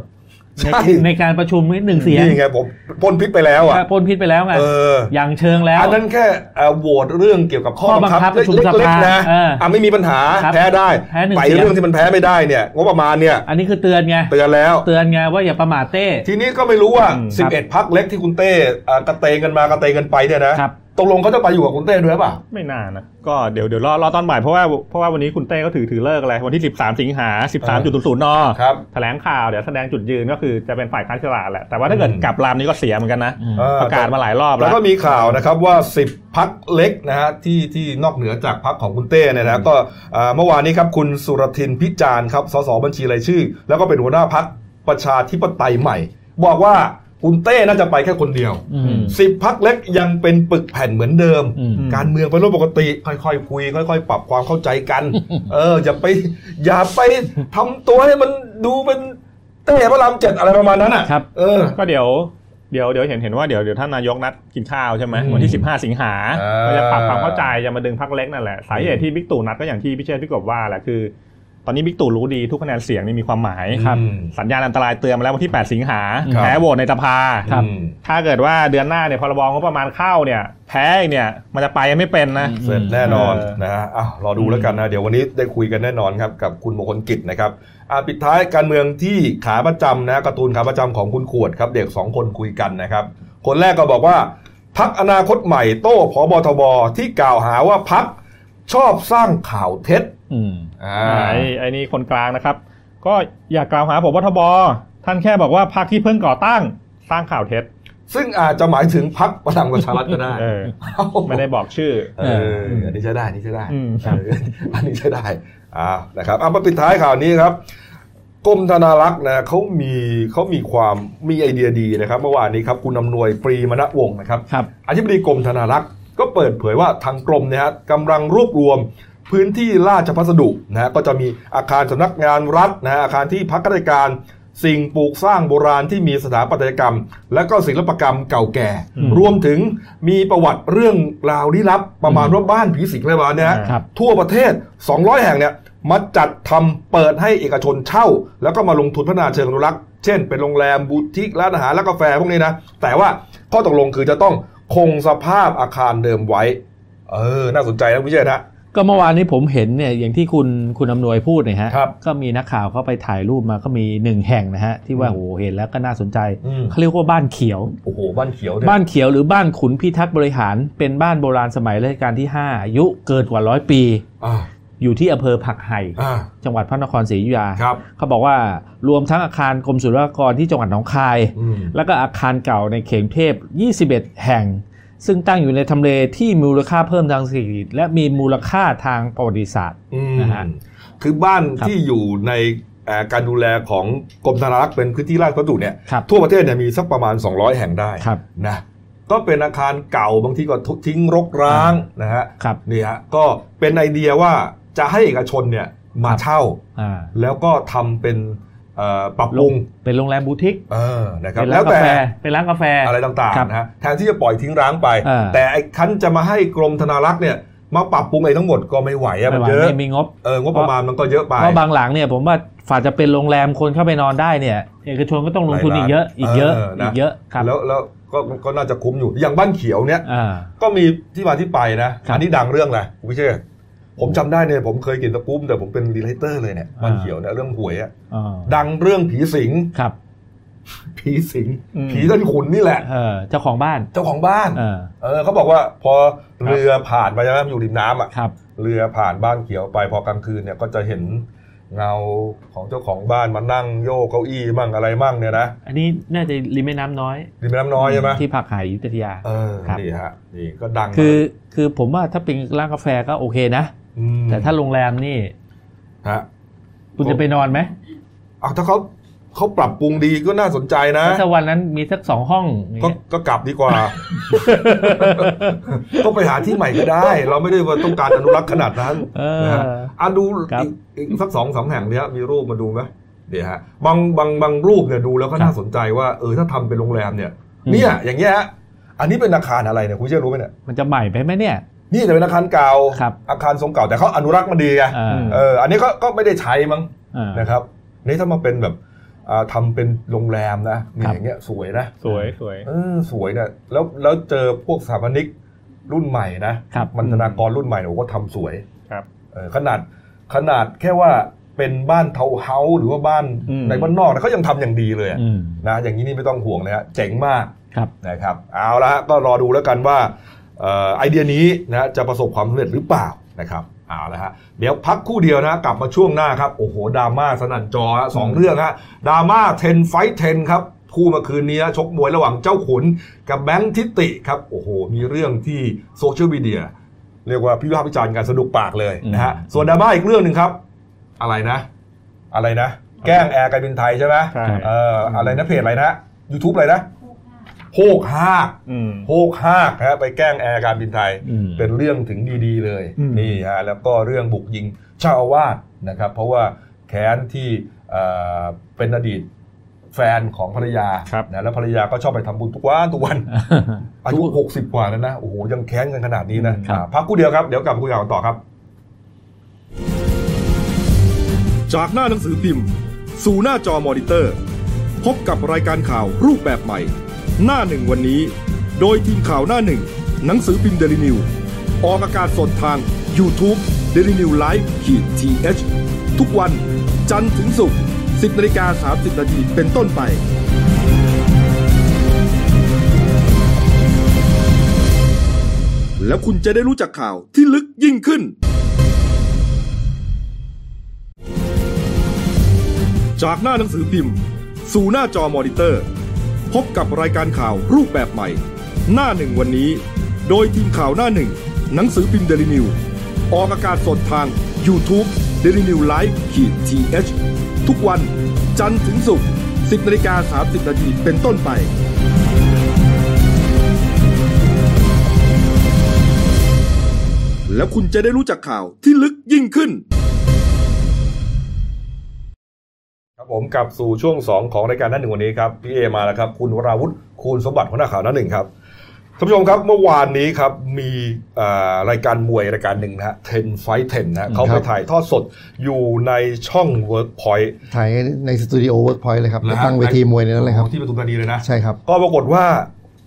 C: ใน
A: ใช่
C: ในการประชุมนี่หนึ่งเสียง
A: นี่ไงผมพ่นพิษไปแล้วอ่ะ
C: ถ้าพ้นพิษไปแล้วไง
A: เออ
C: อย่างเชิงแล้ว
A: อันนั้นแค่เอ่อโหวตเรื่องเกี่ยวกับข้อ
C: ข้อบั
A: บั
C: ง
A: ง
C: คั
A: คั
C: บบ ประชุมสภา
A: เล็กๆนะ
C: เอออ่
A: ะไม่มีปัญหา
C: ครับ
A: แพ้ได้
C: แพ้หนึ่ง
A: ไป
C: เสียง
A: เรื่องที่มันแพ้ไม่ได้เนี่ยงบประมาณเนี่ย
C: อันนี้คือเตือนไง
A: เตือนแล้ว
C: เตือนไงว่าอย่าประมาทเต้
A: ทีนี้ก็ไม่รู้ว่า
B: อืม
A: 11 พักเล็กที่คุณเต้อ่ะกระเตงกันมากระเตงกันไปเนี่ยนะครับ ตกลงเขาจะไปอยู่กับคุณเต้ด้วยหรือเปล่ะ
B: ไม่น่านะ ก็เดี๋ยวเดี๋ยวรอรอตอนบ่ายเพราะว่าเพราะว่าวันนี้คุณเต้ก็ถือถือเลิกอะไร วันที่ 13 สิงหา 13.00น
A: ครับ
B: แถลงข่าวเดี๋ยวแสดงจุดยืนก็คือจะเป็นฝ่ายค้านฉลาดแหละ แต่ว่าถ้าเกิดกลับลามนี้ก็เสียเหมือนกันนะ
A: เออ
B: ประกาศมาหลายรอบ
A: แล้
B: แล้ว ว
A: ก็มีข่าวนะครับว่า 10 พักเล็กนะฮะที่ที่นอกเหนือจากพักของคุณเต้เนี่ยนะก็อ่าเมื่อวานนี้ครับคุณสุรทินพิจารณ์ครับสสบัญชีรายชื่อ แล้วก็เป็นหัวหน้าพักประชาธิปไตยใหม่ บอกว่าคุณเต้น่าจะไปแค่คนเดียว
C: อืม
A: สิบพักเล็กยังเป็นปึกแผ่นเหมือนเดิม
C: อืม
A: การเมืองเป็นเรื่องปกติ ค่อยๆคุย ค่อย ๆ ปรับความเข้าใจกัน เออ อย่าไป อย่าไปทำตัวให้มันดูเป็นเต้พระรามเจ็ดอะไรประมาณนั้นอ่ะ
C: ครับ
A: เออ
B: <laughs> ก็เดี๋ยวเดี๋ยวเดี๋ยวเห็นเห็นว่าเดี๋ยวเดี๋ยวท่านนายกนัดกินข้าวใช่ไหม
A: อืม
B: วันที่ 15 สิงหา
A: อ่า
B: ก็จะปรับความเข้าใจจะมาดึงพักเล็กนั่นแหละสาเหตุที่บิ๊กตู่นัดก็อย่างที่พี่เชษฐ์พี่กบว่าแหละคือ ตอนนี้บิ๊กตู่รู้ดีทุกคะแนนเสียงนี่มีความหมาย
A: ครับ
B: สัญญาณอันตรายเตือนมาแล้ววันที่ 8 สิงหา
A: ครับ
B: แพ้โหวตในสภา
C: ครับ
A: อืม
B: ถ้าเกิดว่าเดือนหน้าเนี่ยพรบงบประมาณเข้าเนี่ยแพ้อีกเนี่ยมันจะไปยังไม่เป็นนะ
C: อืม
A: เสร็จแน่นอน
B: เออ
A: นะฮะอ้าวรอดูแล้วกันนะ เดี๋ยววันนี้ได้คุยกันแน่นอนครับกับคุณมงคลกิจนะครับอ่ะปิดท้ายการเมืองที่ขาประจำนะการ์ตูนขาประจำของคุณขวดครับ เด็กสองคนคุยกันนะครับ คนแรกก็บอกว่าพักอนาคตใหม่โต้ผบทบที่กล่าวหาว่าพักชอบสร้างข่าวเท็จ
C: อืม
A: อ่า
B: ไอ้ไอ้นี่คนกลางนะครับ ก็อย่ากล่าวหาผมว่าทบท่านแค่บอกว่าพรรคที่เพิ่งก่อตั้งสร้างข่าวเท็จ
A: ซึ่งอาจจะหมายถึงพักประลังประชารัฐก็ได้
B: เออ
A: เอ้า
B: ไม่ได้บอกชื่อ
A: เอออันนี้ใช้ได้อันนี้ใช้ได้
B: อืม
A: เอออันนี้ใช้ได้อ่านะครับเอามาปิดท้ายข่าวนี้ครับกรมธนารักษ์นะเขามีเขามีความมีไอเดียดีนะครับ เมื่อวานนี้ครับคุณอำนวยปรีมณวงศ์นะครับ
C: ครับ
A: อธิบดีกรมธนารักษ์ก็เปิดเผยว่าทางกรมเนยฮะกำลังรวบรวมพื้นที่ราชพัสดุนะฮะก็จะมีอาคารสำนักงานรัฐนะฮะอาคารที่พักราชการ สิ่งปลูกสร้างโบราณที่มีสถาปัตยกรรม และก็ศิลปกรรมเก่าแก่ รวมถึงมีประวัติเรื่องราวลี้ลับประมาณว่าบ้านผีสิงอะไรประมาณเนี้ยฮะ
C: ครับ
A: ทั่วประเทศ 200 แห่งเนี่ยมาจัดทำเปิดให้เอกชนเช่า แล้วก็มาลงทุนพัฒนาเชิงอนุรักษ์ เช่น เป็นโรงแรมบูติกร้านอาหารร้านกาแฟพวกนี้นะ แต่ว่าข้อตกลงคือจะต้องคงสภาพอาคารเดิมไว้ เออ น่าสนใจนะพี่เชษนะ
C: ก็เมื่อวานนี้ผมเห็นเนี่ยอย่างที่คุณคุณอำนวยพูดเนี่ยฮะ
A: ครับ
C: ก็มีนักข่าวเข้าไปถ่ายรูปมาก็มีหนึ่งแห่งนะฮะที่ว่า
A: อืม
C: โอ้โหเห็นแล้วก็น่าสนใจ
A: อืม
C: เขาเรียกว่าบ้านเขียว
A: โอ้โห บ้านเขียวเนี่ย
C: บ้านเขียวหรือบ้านขุนพิทักษ์บริหารเป็นบ้านโบราณสมัยรัชกาลที่ 5 อายุเกินกว่าร้อยปี
A: อ่า
C: อยู่ที่อำเภอผักไห่
A: อ่า
C: จังหวัดพระนครศรีอยุธยา
A: ครับ
C: เขาบอกว่ารวมทั้งอาคารกรมศุลกากรที่จังหวัดหนองคาย
A: อืม
C: แล้วก็อาคารเก่าในเขงเทพ 21 แห่ง ซึ่งตั้งอยู่ในทำเลที่มีมูลค่าเพิ่มทางเศรษฐกิจและมีมูลค่าทางประวัติศาสตร์
A: อืม
C: นะฮะ
A: คือบ้าน
C: ครับ
A: ที่อยู่ใน อ่าการดูแลของกรมธนารักษ์เป็นพื้นที่ราชพัสดุเนี่ย
D: ครับ
A: ทั่วประเทศเนี่ยมีสักประมาณ 200 แห่งได้
D: ครับ
A: นะก็เป็นอาคารเก่าบางทีก็ทิ้งรกร้างนะฮะ
D: ครับ
A: นี่ฮะก็เป็นไอเดียว่าจะให้เอกชนเนี่ย
D: ค
A: มา
D: รับ
A: เช่า
D: อ่า
A: แล้วก็ทำเป็นเอ่อปรับปรุง
D: เป็นโรงแรมบูติก
A: เออนะครับ
C: เป็น
A: แล้
C: ร้าน
A: ว
C: กา
A: แต่
C: แฟเป็นร้านกาแฟ
A: อะไรต่าง
D: ครับ
A: ๆนะฮะแทนที่จะปล่อยทิ้งร้างไป
D: เออ
A: แต่ไอ้คันจะมาให้กรมธนารักษ์เนี่ยมาปรับปรุงไอ้ทั้งหมดก็ไม่ไหวอะมัน
D: ไม่
A: เย
D: ว่า
A: อะ
D: ไม่มีงบ
A: เอองบประมาณมันก็เยอะไป
D: เพราะบางหลังเนี่ยผมว่าฝ่าจะเป็นโรงแรมคนเข้าไปนอนได้เนี่ยเอกชนก็ต้องลงทุนอีกเยอะ อีกเยอะ
A: เออนะ
D: อีกเยอะครับ
A: แล้วแล้วก็ก็น่าจะคุ้มอยู่อย่างบ้านเขียวเนี่ย
D: อ่า
A: ก็มีที่มาที่ไปนะ
D: ครับ
A: อันนี้ดังเรื่องอะไรคุณพิเชษฐ์ผมจำได้เนี่ยผมเคยกินตะปุ้มแต่ผมเป็นรีเลเตอร์เลยเนี่ย
D: อ่า
A: บ้านเขียวเนี่ยเรื่องหวยอะ
D: อ่า
A: ดังเรื่องผีสิง
D: ครับ
A: ผีสิง
B: อืม
A: ผีต้นขุนนี่แหละ
D: เออเจ้าของบ้าน
A: เจ้าของบ้าน
D: เออ
A: เออเขาบอกว่าพอเรือผ่านไปใช่ไหมอยู่ริมน้ำอ่ะ
D: ครับ
A: เรือผ่านบ้านเขียวไปพอกลางคืนเนี่ยก็จะเห็นเงาของเจ้าของบ้านมานั่งโยกเก้าอี้มั่งอะไรมั่งเนี่ยนะ
D: อันนี้น่าจะริมแม่น้ำน้อย
A: ริมแม่น้ำน้อยใช่ไหม
D: ที่ผักไหายอยุทยา
A: เออ
D: ครับ
A: นี่ฮะนี่ก็ดังมา
D: คือคือผมว่าถ้าเป็นร้านกาแฟก็โอเคนะ
A: ม
D: แต่ถ้าโรงแรมนี่
A: ฮะ
C: คุณจะไปนอนไหม
A: เอาถ้าเขาเขาปรับปรุงดีก็น่าสนใจนะ
C: ถ้าวันนั้นมีสักสองห้องอย่าง
A: ก็
C: เงี้ย
A: ก็กลับดีกว่า ก็ไปหาที่ใหม่ก็ได้ เราไม่ได้ว่าต้องการอนุรักษ์ขนาดนั้น
D: เออ
A: นะฮะอ่ะดู
D: ครับ
A: อีกอีกสักสองสามแห่งเนี้ยมีรูปมาดูไหมเดี๋ยวฮะบางบางบางรูปเนี่ยดูแล้วก็น่าสนใจว่าเออถ้าทำเป็นโรงแรมเนี่ย เนี่ยอย่างเงี้ยฮะอันนี้เป็นอาคารอะไรเนี่ยคุณเชื่อรู้ไหมเนี่ย
D: มันจะใหม่ไปไหมเนี่ย
A: นี่แต่เป็นอาคารเก่า
D: ครับ
A: อาคารทรงเก่าแต่เขาอนุรักษ์มาดีไง
D: อ่า
A: เอออันนี้ก็ก็ไม่ได้ใช้มั้ง
D: อ่า
A: นะครับนี่ถ้ามาเป็นแบบอ่าทำาเป็นโรงแรมนะมี
D: ครับ
A: อย่างเงี้ยสวยนะ
B: สวยสวย
A: เออสวยนะแล้วแล้วเจอพวกสถาปนิกรุ่นใหม่นะครับ มันธนากรรุ่นใหม่เนี่ยโอ้โหก็ทำสวย
B: ครับ
A: เออขนาดขนาดแค่ว่าเป็นบ้านเทาวน์เฮาส์หรือว่าบ้าน
B: อืม
A: ในบ้านนอกนะเขายังทำอย่างดีเลยอะ
D: อืม
A: นะอย่างนี้นี่ไม่ต้องห่วงเลยฮะเจ๋งมาก
D: ครับ
A: นะครับเอาละฮะก็รอดูแล้วกันว่าเอ่อไอเดียนี้นะจะประสบความสำเร็จหรือเปล่านะครับเอาละฮะเดี๋ยวพักครู่เดียวนะกลับมาช่วงหน้าครับโอ้โหดราม่าสนั่นจอฮะสองเรื่องฮะดราม่าเทนไฟเทนครับคู่เมื่อคืนนี้ฮะชกมวยระหว่างเจ้าขุนกับแบงค์ทิติครับโอ้โหมีเรื่องที่โซเชียลมีเดียเรียกว่าพิพากษ์วิจารณ์กันสนุกปากเลยนะฮะ
D: อืม
A: ส่วนดราม่าอีกเรื่องหนึ่งครับ อะไรนะ อะไรนะ แกล้งแอร์การบินไทยใช่ไหม
B: ใช่
A: เอ่ออะไรนะเพจอะไรนะยูทูบอะไรนะโคกฮาก
B: อืม
A: โคกฮากฮะไปแกล้งแอร์การบินไทย
D: อืม
A: เป็นเรื่องถึงดีๆเลย
B: อืม
A: นี่ฮะแล้วก็เรื่องบุกยิงเจ้าอาวาสนะครับ เพราะว่าแค้นที่เอ่อเป็นอดีตแฟนของภรรยา
B: ครับ
A: นะแล้วภรรยาก็ชอบไปทำบุญทุกวันทุกวัน อายุ60 กว่าแล้วนะโอ้โหยังแค้นกันขนาดนี้นะครับ อ่าพักกูเดียวครับเดี๋ยวกลับมาคุยกันต่อครับ
E: จากหน้าหนังสือพิมพ์ สู่หน้าจอมอนิเตอร์ พบกับรายการข่าวรูปแบบใหม่ หน้าหนึ่งวันนี้ โดยทีมข่าวหน้าหนึ่ง หนังสือพิมพ์เดลิวิวออกอากาศสดทาง y o u t u เด d ิวิวไลฟ์ขีดทีเทุกวันจันทร์ถึงศุกร์10นาฬิกา30นาทีเป็นต้นไป แล้วคุณจะได้รู้จักข่าวที่ลึกยิ่งขึ้น จากหน้าหนังสือพิมพ์ สู่หน้าจอมอนิเตอร์ พบกับรายการข่าวรูปแบบใหม่ หน้าหนึ่งวันนี้ โดยทีมข่าวหน้าหนึ่ง หนังสือพิมพ์เดลิวิวออกอากาศสดทาง y o u t u เด d ิวิวไลฟ์ขีดทีเทุกวันจันทร์ถึงศุกร์10นาฬิกา30นาทีเป็นต้นไป แล้วคุณจะได้รู้จักข่าวที่ลึกยิ่งขึ้น
A: ครับผมกลับสู่ช่วง 2 ของรายการหนั้นหนึ่งวันนี้ครับพี่เอมาแล้วครับ คุณวราวุธคูณสมบัติหัวหน้าข่าวหนั้นหนึ่งครับท่านผู้ชมครับเมื่อวานนี้ครับมีเอ่อรายการมวยรายการหนึ่งนะฮะเทนไฟเทนนะฮะเขาไปถ่ายทอดสดอยู่ในช่อง Workpoint
F: ถ่ายในสตูดิโอเวิร์กพอยต์เลยครับ
A: นะฮะ
F: ตั้งเวทีมวยในนั้นเลยครับ
A: ที่ปทุมธานีเลยนะ
F: ใช่ครับ
A: ก็ปรากฏว่า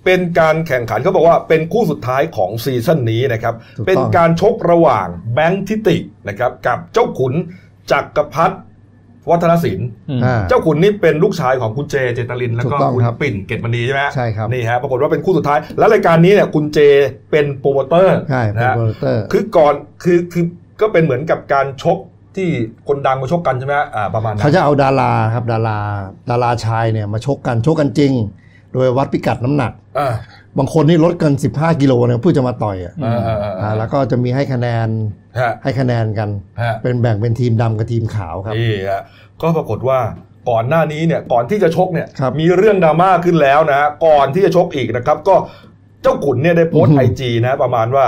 A: เป็นการแข่งขันเขาบอกว่าเป็นคู่สุดท้ายของซีซั่นนี้นะครับ
F: ถูกต้อง
A: เป็นการชกระหว่างแบงค์ทิตินะครับกับเจ้าขุนจักรพัฒวัฒนศิลป์
D: อืม
F: อ่า
A: เจ้าขุนนี่เป็นลูกชายของคุณเจเจตลิน แล้วก็
F: ถูกต้อง
A: คุณ
F: ครับ
A: ปิ่นเกตมณีใช่ไหมฮะ
F: ใช่ครับ
A: นี่ฮะปรากฏว่าเป็นคู่สุดท้าย แล้วรายการนี้เนี่ยคุณเจเป็นโปรโมเตอร์
F: ใช่เป็น
A: นะฮะ
F: โปรโมเตอร์
A: คือก่อนคือคือก็เป็นเหมือนกับการชกที่คนดังมาชกกันใช่ไหมฮะอ่าประมาณนั้
F: เขา
A: น
F: จะเอาดาราครับดาราดาราชายเนี่ยมาชกกันชกกันจริง โดยวัดพิกัดน้ำหนัก
A: อ่า
F: บางคนนี่ลดเกิน 15 กิโลนะเพื่อจะมาต่อยอ่ะ
A: เออเออเออ
F: อ่าแล้วก็จะมีให้คะแนน
A: ฮะ
F: ให้คะแนนกัน
A: ฮะ
F: เป็นแบ่งเป็นทีมดำกับทีมขาวครับ
A: นี่ฮะก็ปรากฏว่าก่อนหน้านี้เนี่ยก่อนที่จะชกเนี่ย
F: ครับ
A: มีเรื่องดราม่าขึ้นแล้วนะฮะก่อนที่จะชกอีกนะครับ ก็เจ้าขุนเนี่ยได้โพสต์
F: อื
A: ไอ
F: อฮึ
A: จีนะประมาณว่า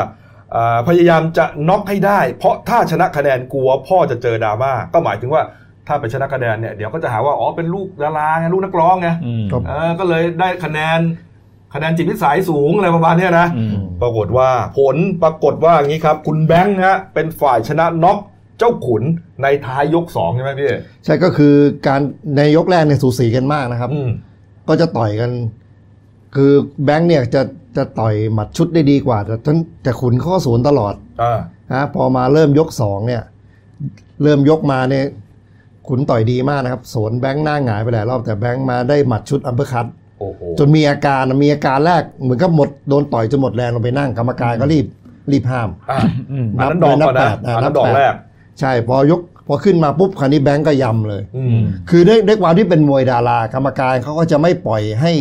A: อ่าพยายามจะน็อกให้ได้ เพราะถ้าชนะคะแนนกลัวพ่อจะเจอดราม่าก็หมายถึงว่าถ้าไปชนะคะแนนเนี่ยเดี๋ยวก็จะหาว่าอ๋อเป็นลูกดาราไงลูกนักร้องไง
D: อืม
F: ครับ
A: เออก็เลยได้คะแนนคะแนนจิตวิสัยสูงอะไรประมาณเนี้ยนะ
D: อืม
A: ปรากฏว่าผลปรากฏว่าอย่างนี้ครับ คุณแบงค์ฮะเป็นฝ่ายชนะน็อกเจ้าขุนในท้ายยกสองใช่ไหมพี่
F: ใช่ก็คือการในยกแรกเนี่ยสูสีกันมากนะครับ
A: อืม
F: ก็จะต่อยกัน คือแบงค์เนี่ยจะจะต่อยหมัดชุดได้ดีกว่า แต่ทั้งแต่ขุนเข้อสวนตลอด
A: อ่า
F: นะพอมาเริ่มยกสองเนี่ย เริ่มยกมาเนี่ยขุนต่อยดีมากนะครับ สวนแบงค์หน้าหงายไปหลายรอบแต่แบงค์มาได้หมัดชุดอัมเปอร์คัต
A: โอ้โห
F: จนมีอาการมีอาการแรกเหมือนกับหมดโดนต่อยจนหมดแรงลงไปนั่งกรรมการก็รีบรีบห้าม
A: อ่ะ
D: อืม
A: อันนั้นดอกก่อนนะ
F: นับเลยนับแปดอ่ะ
A: อันนั้น
F: นั
A: ด
F: บแป
A: อก
F: ด
A: แรก
F: ใช่พอยกพอขึ้นมาปุ๊บคราวนี้แบงค์ก็ยำเลย
A: อืม
F: คือด้วยด้วยความที่เป็นมวยดารากรรมการเขาก็จะไม่ปล่อยให้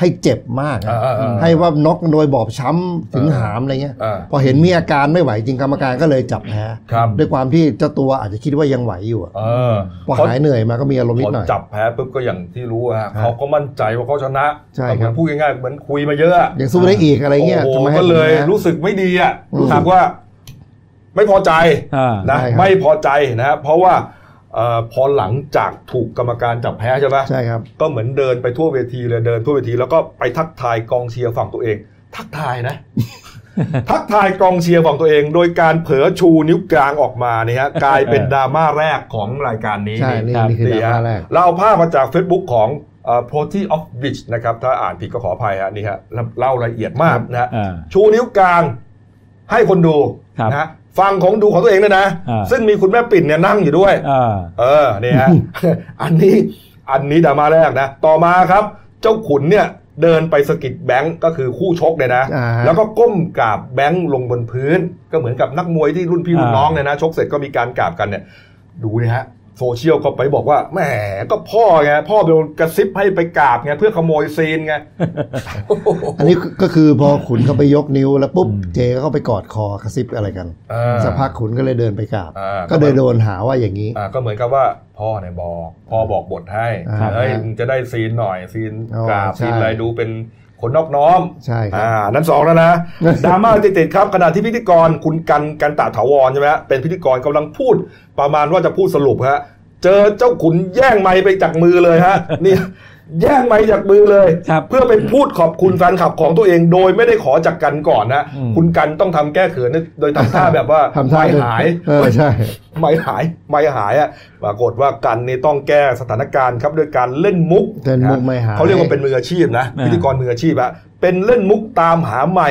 F: ให้เจ็บมากนะ
A: อ่าอ่าอ่า
F: ให้ว่าน็อกโดยบอบช้ำถึง
A: อ่า
F: หามอะไรเงี้ย
A: อ่า
F: พอเห็นมีอาการไม่ไหวจริงกรรมการก็เลยจับแพ้
A: ครับ
F: ด้วยความที่เจ้าตัวอาจจะคิดว่ายังไหวอยู่อะ
A: เออ
F: พอหายเหนื่อยมาก็มีอารมณ์นิ
A: พ
F: ด
A: อ
F: หน่อย
A: จับแพ้ปุ๊บก็อย่างที่รู้ฮะ
F: ใช่
A: เขาก็มั่นใจว่าเขาชนะ
F: ใช่
A: แต่เหมือ
F: ครั
A: น
F: บ
A: พูดง่ายๆเหมือนคุยมาเยอะอะ
F: ยังสู้ได้อีกอะไรเงี้ย
A: โอ้
F: ทำ
A: โห
F: ไมให้
A: ก็
F: ผม
A: เลย
F: นะ
A: รู้สึกไม่ดีอ่ะ
F: อืม
A: รู้สึกว่า ไม่พอใจ
D: อ่า
A: นะ
F: ใช่ครับ
A: ไม่พอใจนะเพราะว่าเอ่อพอหลังจากถูกกรรมการจับแพ้ใช่ไหม
F: ใช่ครับ
A: ก็เหมือนเดินไปทั่วเวทีเลยเดินทั่วเวทีแล้วก็ไปทักทายกองเชียร์ฝั่งตัวเอง ทักทาย
F: <laughs>
A: นะ ทักทายกองเชียร์ฝั่งตัวเอง โดยการเผลอชูนิ้วกลางออกมาเนี่ยฮะกลายเป็นดราม่าแรกของรายการนี้
F: ใช่นี่
D: ครับ
F: นี่คือดรา
A: ฮะ
F: ม่าแรก
A: เราเอาภาพมาจาก Facebook ของเอ่อ Proti of Beach นะครับ ถ้าอ่านผิดก็ขออภัยฮะนี่ฮะเล่าละเอียดมากนะฮะ
D: อ่า
A: ชูนิ้วกลางให้คนดู
D: ครับ
A: นะฮะฟังของดูของตัวเองด้วยนะ
D: อ่า
A: ซึ่งมีคุณแม่ปิ่นเนี่ยนั่งอยู่ด้วย
D: อ่า
A: เออเนี่ยฮะ <laughs> อันนี้อันนี้ดราม่าแรกนะ ต่อมาครับ เจ้าขุนเนี่ยเดินไปสะกิดแบงก์ก็คือคู่ชกเนี่ยนะ
F: อ่าฮะ
A: แล้วก็ก้มกราบแบงก์ลงบนพื้น ก็เหมือนกับนักมวยที่รุ่นพี่รุ่นน้องเนี่ยนะ ชกเสร็จก็มีการกราบกันเนี่ย ดูนะฮะโซเชียลก็ไปบอกว่าแหมก็พ่อไงพ่อเป็นคนกระซิบให้ไปกราบไงเพื่อขโมยซีนไง
F: อันนี้ก็คือพอขุนเขาไปยกนิ้วแล้วปุ๊บเจก็เข้าไปกอดคอกระซิบอะไรกัน
A: อ่า
F: สักพักขุนก็เลยเดินไปกราบ
A: อ่า
F: ก็เลยโดนหาว่าอย่างนี้
A: อ่าก็เหมือนกับว่าพ่อเนี่ยบอก พ่อบอกบทให้
F: ครับ
A: เฮ้ยมึงจะได้ซีนหน่อยซีนกราบ
F: อ๋อใช่
A: ซีนอะไรดูเป็นคนนอบน้อม
F: ใช่ครับ
A: อ่า นั้นสองแล้วนะ
F: <laughs>
A: ดราม่าติดๆครับขณะที่พิธีกรคุณกันกันตาถาวรใช่ไหมฮะเป็นพิธีกรกำลังพูด ประมาณว่าจะพูดสรุปฮะ เจอเจ้าขุนแย่งไม้ไปจากมือเลยฮะ <laughs> นี่ แย่งไม้จากมือเลย
D: ครับ
A: เพื่อไปพูดขอบคุณแฟนคลับของตัวเองโดยไม่ได้ขอจากกันก่อนนะ คุณกันต้องทำแก้เขินโดยทำท่าแบบว่า
F: ทำท่า
A: ไม่
F: เดิน
A: หาย
F: เออใช่
A: ไม่หายไม่หายอ่ะปรากฏว่ากันนี่ต้องแก้สถานการณ์ครับด้วยการเล่นมุก
F: เล่นมุก
A: ะ
F: ไม่หาย
A: เขาเรียกว่าเป็นมืออาชีพนะ
D: อ่า
A: พิธีกรมืออาชีพอะเป็นเล่นมุกตามหาไม่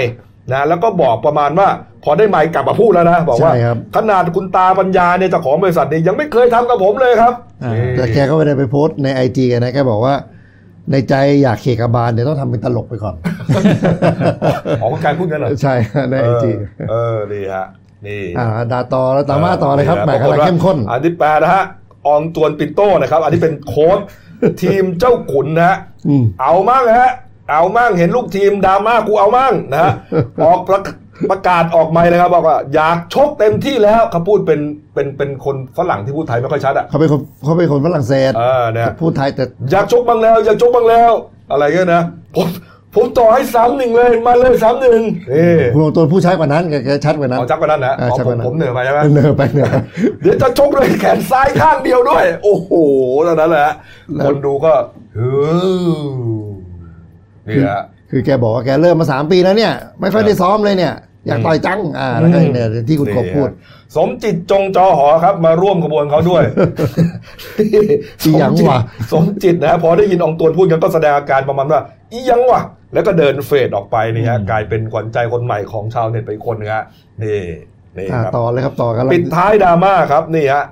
A: นะแล้วก็บอกประมาณว่า พอได้ไม่กลับมาพูดแล้วนะ บอกว่า
F: ใช่ครับ
A: ขนาดคุณตาปัญญาเนี่ยเจ้าของบริษัทเนี่ยยังไม่เคยทำกับผมเลยครับ
D: อ่า
A: นี่
F: แต่แกก็ไม่ได้ไปโพสต์ในไอจีนะแกบอกว่า ในใจอยากเขกบาลเดี๋ยวต้องทำเป็นตลกไปก่อน
A: อ๋อคุณการพูดกันเหรอ
F: ใช่ <laughs> ในไอจี
A: เออดีฮะนี่
F: อ่าดาต่อแล้วตามมาต่อเลยครับแหมกำลังเข้มข้น
A: อันที่แปดนะฮะ อองตวนปินโต้นะครับ อันนี้เป็นโค้ช <laughs> ทีมเจ้าขุนนะฮะ
F: อืม
A: เอามั่งฮะ เอามั่งเห็นลูกทีมดราม่ากูเอามั่งนะ
F: <laughs>
A: ฮะ ออกประประกาศออกไม่เลยครับ บอกว่า อยากชกเต็มที่แล้วเขาพูดเป็นเป็นเป็นคนฝรั่งที่พูดไทยไม่ค่อยชัดอ่ะ
F: เขาเป็นคนเขาเป็นคนฝรั่งเศส
A: เออเนี่ย
F: พูดไทยแต่
A: อยากชกบ้างแล้วอยากชกบ้างแล้ว อะไรเงี้ยนะผมผมต่อให้สามหนึ่งเลยมาเลยสามหนึ่งเออ
F: คุณลงตัวผู้ชายกว่านั้นแกแกชัดกว่านั้น
A: เอาจักกว่านั้นนะ
F: อ่า
A: อ๋อ
F: ชัก
A: ผ
F: กว่าม นั้น
A: ผมเหนื่อยไปใช่ไหม
F: เนอไปเนอ
A: เดี๋ยวจะชกด้วยแขนซ้ายข้างเดียวด้วย โอ้โหตอนนั้นแหละฮะ
F: แล้
A: คว นดูก็ฮือนี่ฮะ
F: คือแกบอกว่าแกเริ่มมาสามปีแล้วเนี่ย ไม่ค่อยได้ซ้อมเลยเนี่ย อยากต่อยจัง อ่าแล้วก็เนี่ยที่คุณกบพูด
A: นี่ฮะสมจิตจงจอหอครับ มาร่วมขบวนเขาด้วย
F: <laughs> อีหยังวะ
A: สมจิตนะฮะพอได้ยินอองตวนพูดกันก็แสดงอาการประมาณว่าอีหยังวะแล้วก็เดินเฟดออกไปนี่ฮะกลายเป็นขวัญใจคนใหม่ของชาวเน็ตไปคนนึงฮะนี่นี่
F: อ่า
A: ครับ
F: ต่อเลยครับต่อกัน
A: ปิดท้ายดราม่าครับนี่ฮะ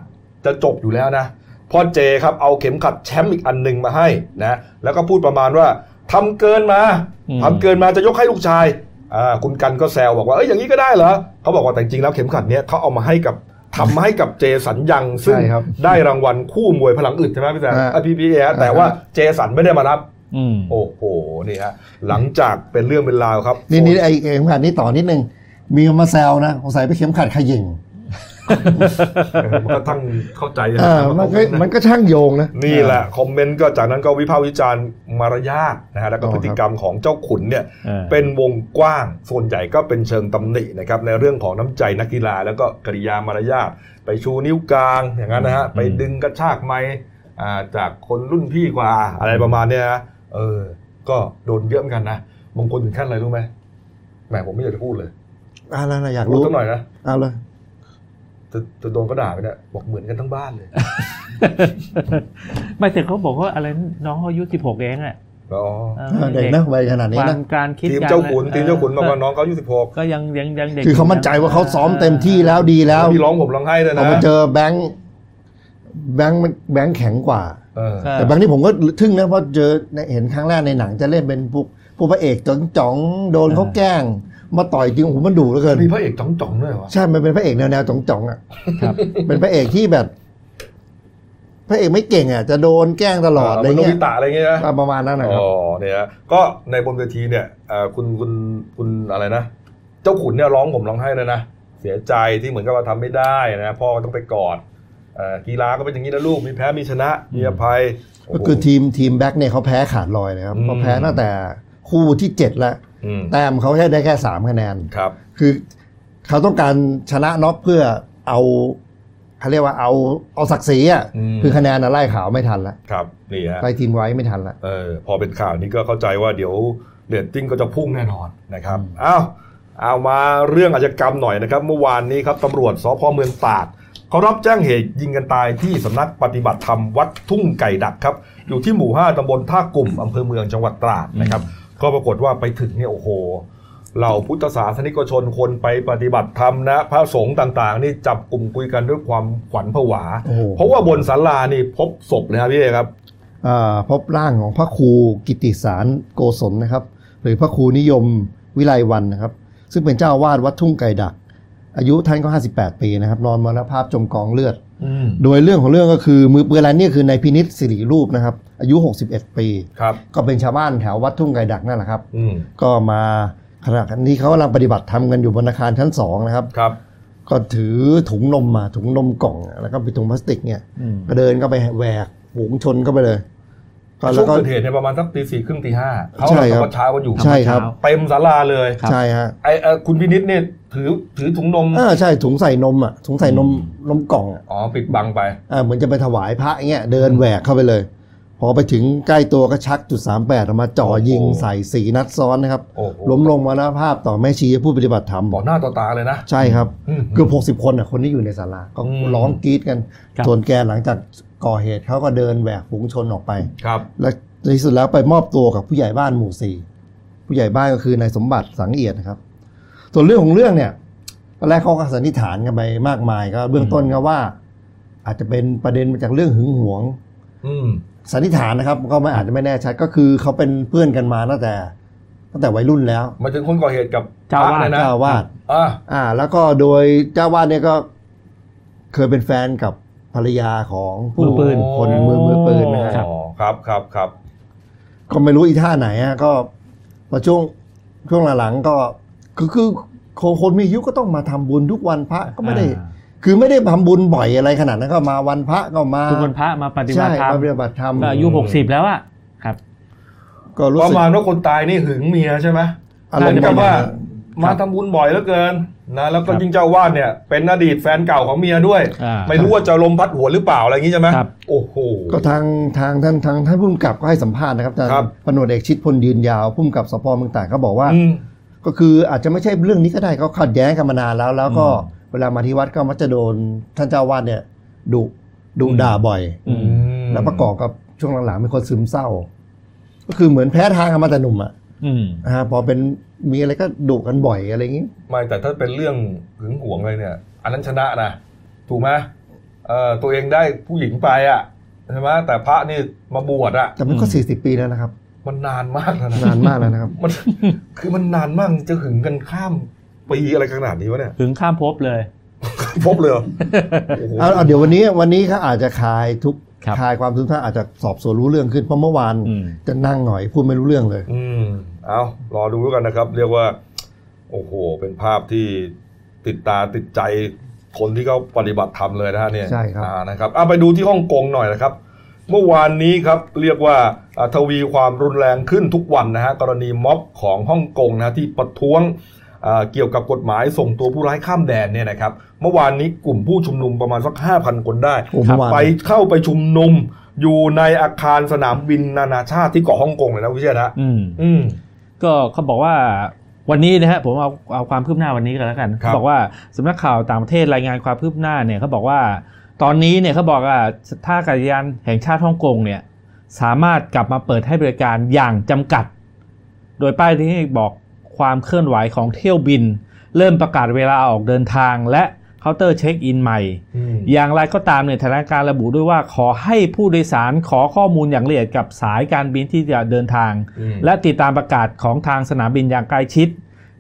A: จะจบอยู่แล้วนะพ่อเจครับเอาเข็มขัดแชมป์อีกอันหนึ่งมาให้นะแล้วก็พูดประมาณว่าทำเกินมา
D: อืม
A: ทำเกินมาจะยกให้ลูกชายอ่าคุณกันก็แซวบอกว่าเอ้ยอย่างนี้ก็ได้เหรอเขาบอกว่าแต่จริงๆแล้วเข็มขัดเนี้ยเขาเอามาให้กับทำมาให้กับเจสันยังซึ่ง
F: ใช่ครับ
A: ได้รางวัลคู่มวยพลังอึดใช่ไหมพี่แจ๊
F: ฮะ
A: พี่พี่เอแต่
F: อ่าฮะ
A: ว่าเจสันไม่ได้มารับ
D: อืม
A: โอ้โหนี่ฮะหลังจากเป็นเรื่องเป็นราวครับ
F: นี่นี่ไอเข็มขัดนี่ต่อนิดนึง มีคนมาแซวนะสงสัยไปเข็มขัดขยิ่ง
A: มันก็ทั้งเข้าใจนะ
F: เออมันก็มันก็ช่างโยงนะ
A: นี่แหละคอมเมนต์ก็จากนั้นก็วิพากษ์วิจารณ์มารยาทนะฮะแล้วก็
F: อ๋อ
A: พ
F: ครั
A: ฤ
F: บ
A: ติกรรมของเจ้าขุนเนี่ย
D: เออ
A: เป็นวงกว้างส่วนใหญ่ก็เป็นเชิงตำหนินะครับในเรื่องของน้ำใจนักกีฬาแล้วก็กริยามารยาทไปชูนิ้วกลางอย่างนั้นนะฮะไปดึงกระชากไม้จากคนรุ่นพี่กว่าอะไรประมาณเนี้ยนะเออ ก็โดนเยอะเหมือนกันนะบางคนถึงขั้นอะไรรู้ไหมแหมผมไม่อยากจะพูดเลย
F: อ่านั่นน่ะอยาก
A: พูด
F: รู้
A: สักหน่อยนะ
F: เอาเลย
A: จะจะโดนก็ด่าไปเนี่ยบอกเหมือนกันทั้งบ้านเลย
C: <laughs> ไม่แต่เขาบอกว่าอะไรน้องเขาอายุสิบหกเองอ่ะ
A: อ๋อ
C: ออ
F: เออเด็กนะวัยขนาดนี้
C: ควา
F: นะ
C: มการคิด
A: ทีม
C: กร
A: เจ้าขุน
C: อะไร
A: ทีมเจ้าขุนบอกว่า
C: ออ
A: น้องเขาอายุสิบหก
C: ก็ยังยังยังเด็ก
F: คือเขามั่นใจว่าเขาซ้อมเต็มที่แล้วดีแล้ว
A: มีร้องผมร้องไห้เลย
F: พอ
A: นะ
F: มาเจอแบงค์แบงค์มันแบงค์แข็งกว่า
A: เออ
D: ใช่
F: แต่แบงค์นี่ผมก็ทึ่งนะเพราะเจอในเห็นครั้งแรกในหนังจะเล่นเป็นผู้ผู้พระเอกจ๋องจ๋องๆโดนเขาแกล้ง มาต่อยจริงโอ้โหมันดุเหลือเกิน
A: มีพระเอกจ่องจ่องๆด้วยเหรอ
F: ใช่ มันเป็นพระเอกแนวแนวจ๋องจ๋องๆอ่ะเป็นพระเอกที่แบบ พระเอกไม่เก่งอ่ะ จะโดนแกล้งตลอดอะไร
A: มันโน
F: เงี้
A: บิ
F: ย
A: ตะอะไรเงี้ยนะ
F: ประมาณนั้นนะครับ
A: อ๋อเนี่ยฮะก็ในบนเวทีเนี่ยเอ่อคุณคุณคุณอะไรนะ เจ้าขุนเนี่ยร้องผมร้องไห้เลยนะ เสียใจที่เหมือนกับว่าทำไม่ได้นะพ่อก็ต้องไปกอดเอ่อกีฬาก็เป็นอย่างนี้นะลูกมีแพ้มีชนะมีอภัยโโห
F: ก็คือทีมทีมแบ็กเนี่ยเขาแพ้ขาดลอยเลยครับ
A: อืม
F: เขาแพ้ตั้งแต่คู่ที่เจ็ดแล้ว
A: อืม
F: แต้มเขาแค่ได้แค่สามคะแนน
A: ครับ
F: คือเขาต้องการชนะน็อกเพื่อเอาเขาเรียกว่าเอาเอาศักดิ์ศรีอ่ะ
A: อืม
F: คือคะแนนน่ะไล่ขาวไม่ทันละ
A: ครับนี่ฮะ
F: ไล่ทีมไว้ไม่ทันละ
A: เออพอเป็นข่าวนี้ก็เข้าใจว่าเดี๋ยวเรตติ้งก็จะพุ่งแน่นอนนะครับอ้าวเอามาเรื่องอาชญากรรมหน่อยนะครับ เมื่อวานนี้ครับตำรวจสพเมืองตราดเขารับแจ้งเหตุยิงกันตายที่สำนักปฏิบัติธรรมวัดทุ่งไก่ดักครับ อยู่ที่หมู่ 5ตำบลท่ากลุ่มอำเภอเมืองจังหวัดตราดนะครับ ก็ปรากฏว่าไปถึงเนี่ยโอ้โห เหล่าพุทธศาสนิกชนคนไปปฏิบัติธรรมนะพระสงฆ์ต่างๆ นี่จับกลุ่มคุยกันด้วยความขวัญผวา
F: โอ้โห
A: เพราะว่าบนศาลานี่พบศพเลยครับพี่เอกครับ
F: เอ่อพบร่างของพระครูกิติสารโกศลนะครับ หรือพระครูนิยมวิไลวันนะครับ ซึ่งเป็นเจ้าอาวาดวัดทุ่งไก่ดัก อายุท่านก็ 58 ปีนะครับ นอนมรณภาพจมกองเลือด
A: อืม
F: โดยเรื่องของเรื่องก็คือมือปืนรายนี้คือนายพินิษสิริรูปนะครับ อายุ 61 ปี
A: ครับ
F: ก็เป็นชาวบ้านแถววัดทุ่งไก่ดักนั่นแหละครับ
A: อืม
F: ก็มาขณะนี้เขากำลังปฏิบัติธรรมกันอยู่บนอาคารชั้นสองนะครับ
A: ครับ
F: ก็ถือถุงนมมาถุงนมกล่อง แล้วก็เป็นถุงพลาสติกเนี่ยก็เดินเข้าไปแหวกฝูงชนเข้าไปเลยก็
A: ช่
F: แล้ว
A: ง
F: ก็
A: เกิดเหตุเนี่ยประมาณสักตีสี่ครึ่งตีห้าเขา
F: ใช่
A: ทำ
F: ครับ
A: กับเช้ากันอยู่
F: ใช่ครับ
A: เต็มศาลาเลย
D: ครับ
F: ใช่ฮะ
A: ไอเอ่อคุณพินิษเนี่ยถือถือถุงนม
F: อ่าใช่ถุงใส่นมอ่ะถุงใส่นมนมกล่องอ่ะ
A: อ๋อปิดบังไป
F: อ่าเหมือนจะไปถวายพระเงี้ยเดินแหวกเข้าไปเลย พอไปถึงใกล้ตัวก็ชักจุดสามแปดออกมาจ่อยิง
A: โอ้โห
F: ใส่สีนัดซ้อนนะครับ
A: โอ้โห
F: ล้มลงมรณภาพต่อแม่ชีผู้ปฏิบัติธรรม
A: ต่อหน้าต่อตาเลยนะ
F: ใช่ครับ
A: อืม
F: เกือบหกสิบคนอ่ะคนที่อยู่ในศาลาก็
A: อืม
F: ร้องกรีดกัน
D: ครับ
F: ส่วนแกหลังจากก่อเหตุเขาก็เดินแหวกฝูงชนออกไป
A: ครับ
F: และในที่สุดแล้วไปมอบตัวกับผู้ใหญ่บ้านหมู่สี่ผู้ใหญ่บ้านก็คือนายสมบัติสังเอียดนะครับ ส่วนเรื่องของเรื่องเนี่ยตอนแรกเขาก็สันนิษฐานกันไปมากมายก็เบื้องต้นก็ว่า อาจจะเป็นประเด็นมาจากเรื่องหึงหวง
A: อืม
F: สันนิษฐานนะครับ ก็ไม่อาจจะไม่แน่ชัดก็คือเขาเป็นเพื่อนกันมาตั้งแต่ตั้งแต่วัยรุ่นแล้ว
A: หมายถึงคนก่อเหตุกับ
C: เจ้าอาวา
A: พระ
C: ส
A: เนี่ยนะ
F: เจ้าอาวาด
A: อ่ะ
F: อ่า แล้วก็โดยเจ้าอาวาดเนี่ยก็เคยเป็นแฟนกับภรรยาของผู้
D: มือปืน
F: คนมือมือปืนนะฮะ
A: อ๋อครับครับครับ
F: ก็ไม่รู้อีท่าไหนอะก็พอช่วงช่วงหลังๆก็คือคือคนคนมีอายุก็ต้องมาทำบุญทุกวันพระก็ไม่ได้
D: อ่า
F: คือไม่ได้ทำบุญบ่อยอะไรขนาดนั้นก็มาวันพระก็มา
D: ทุกคนพระมาปฏิบั
F: ใช่
D: ติธรรม
F: มาปฏิบัติธรรม
D: ก็อายุหกสิบแล้วอ่ะครับ
F: ก็รู้
A: ประ
F: สึก
A: มาณว่าคนตายนี่หึงเมียใช่ไหม
F: อารม
A: เหมื
F: ณ์
A: น
F: ป
A: กับ
F: ระมา
A: ว่า
F: ณนั้น
A: มาทำบุญบ่อยเหลือเกินนะแล้วก็
D: ครับ
A: ยิ่งเจ้าอาวาดเนี่ย เป็นอดีตแฟนเก่าของเมียด้วย
D: อ่า
A: ไม่รู้ว่าจะลมพัดหัวนหรือเปล่าอะไรอย่างนี้ใช่ไหม
D: ครับ
A: โอ้โห
F: ก็ทางทางท่านทางท่านผู้กำกับก็ให้สัมภาษณ์นะครับอาจารย์
A: ครับ
F: พนวดเอกชิดพลยืนยาวผู้กำกับสพเมืองต่างก็บอกว่า
A: อืม
F: ก็คืออาจจะไม่ใช่เรื่องนี้ก็ได้เขาขัดแย้งกันมานานแล้ว แล้วก็
D: อื
F: เวลามาที่วัดก็มักจะโดนท่านเจ้าอาวาดเนี่ยดุดุ
A: อืม
F: ด่าบ่อย
D: อืม
F: แล้วประกอบกับช่วงหลังๆเป็นคนซึมเศร้า ก็คือเหมือนแพ้ทางกันมาแต่หนุ่มอะ
D: อืม
F: นะฮะพอเป็นมีอะไรก็ดุกันบ่อยอะไรอย่างงี้
A: ไม่แต่ถ้าเป็นเรื่องหึงหวงอะไรเนี่ย อันนั้นชนะนะถูกไหมเอ่อตัวเองได้ผู้หญิงไปอ่ะใช่ไหมแต่พระนี่มาบวชอ่ะ
F: แต่มันก็สี่สิบปีแล้วนะครับ
A: มันนานมากแล้วนะ
F: นานมากแล้วนะครับ
A: มัน คือมันนานมากจะหึงกันข้ามปีอะไรขนาดนี้วะเนี่ย <laughs>
D: ถึงข้ามภพเลย
A: พบเลยเหรอโอ้โห
F: เอาเอาเดี๋ยววันนี้วันนี้เขาอาจจะคลายทุก
C: ครับ
F: คลายความสงสัยอาจจะสอบสวนรู้เรื่องขึ้นเพราะเมื่อวาน
C: อื
B: 嗯
C: ม
F: จะนั่งหน่อยพูดไม่รู้เรื่องเลย
A: อืมเอารอดูแล้วกันนะครับ เรียกว่า โอ้โห เป็นภาพที่ติดตาติดใจคนที่เขาปฏิบัติธรรมเลยนะฮะเนี่ย
F: ใช่ครับ
A: อ่านะครับเอาไปดูที่ฮ่องกงหน่อยนะครับ เมื่อวานนี้ครับ เรียกว่าอ่าทวีความรุนแรงขึ้นทุกวันนะฮะกรณีม็อบของฮ่องกงนะฮะที่ประท้วงอ่าเกี่ยวกับกฎหมายส่งตัวผู้ร้ายข้ามแดนเนี่ยนะครับ เมื่อวานนี้กลุ่มผู้ชุมนุมประมาณสัก5,000 คนได้
F: โอ้เมื่อวาน
A: ไปเข้าไปชุมนุมอยู่ในอาคารสนามบินนานาชาติที่เกาะฮ่องกงเลยนะคุณเชษฐ์นะ
C: อืม
A: อืม
C: ก็เขาบอกว่าวันนี้นะฮะผมเอาเอาความคืบหน้าวันนี้กันแล้วกัน
A: ครับ
C: เขาบอกว่าสำนักข่าวต่างประเทศรายงานความคืบหน้าเนี่ยเขาบอกว่า ตอนนี้เนี่ยเขาบอกว่าท่าอากาศยานแห่งชาติฮ่องกงเนี่ย สามารถกลับมาเปิดให้บริการอย่างจำกัด โดยป้ายที่บอกความเคลื่อนไหวของเที่ยวบิน เริ่มประกาศเวลาออกเดินทาง และเคาน์เตอร์เช็คอินใหม่
A: อืม
C: อย่างไรก็ตามเนี่ยทางการระบุด้วยว่าขอให้ผู้โดยสารขอข้อมูลอย่างละเอียดกับสายการบินที่จะเดินทาง
A: อืม
C: และติดตามประกาศของทางสนามบินอย่างใกล้ชิด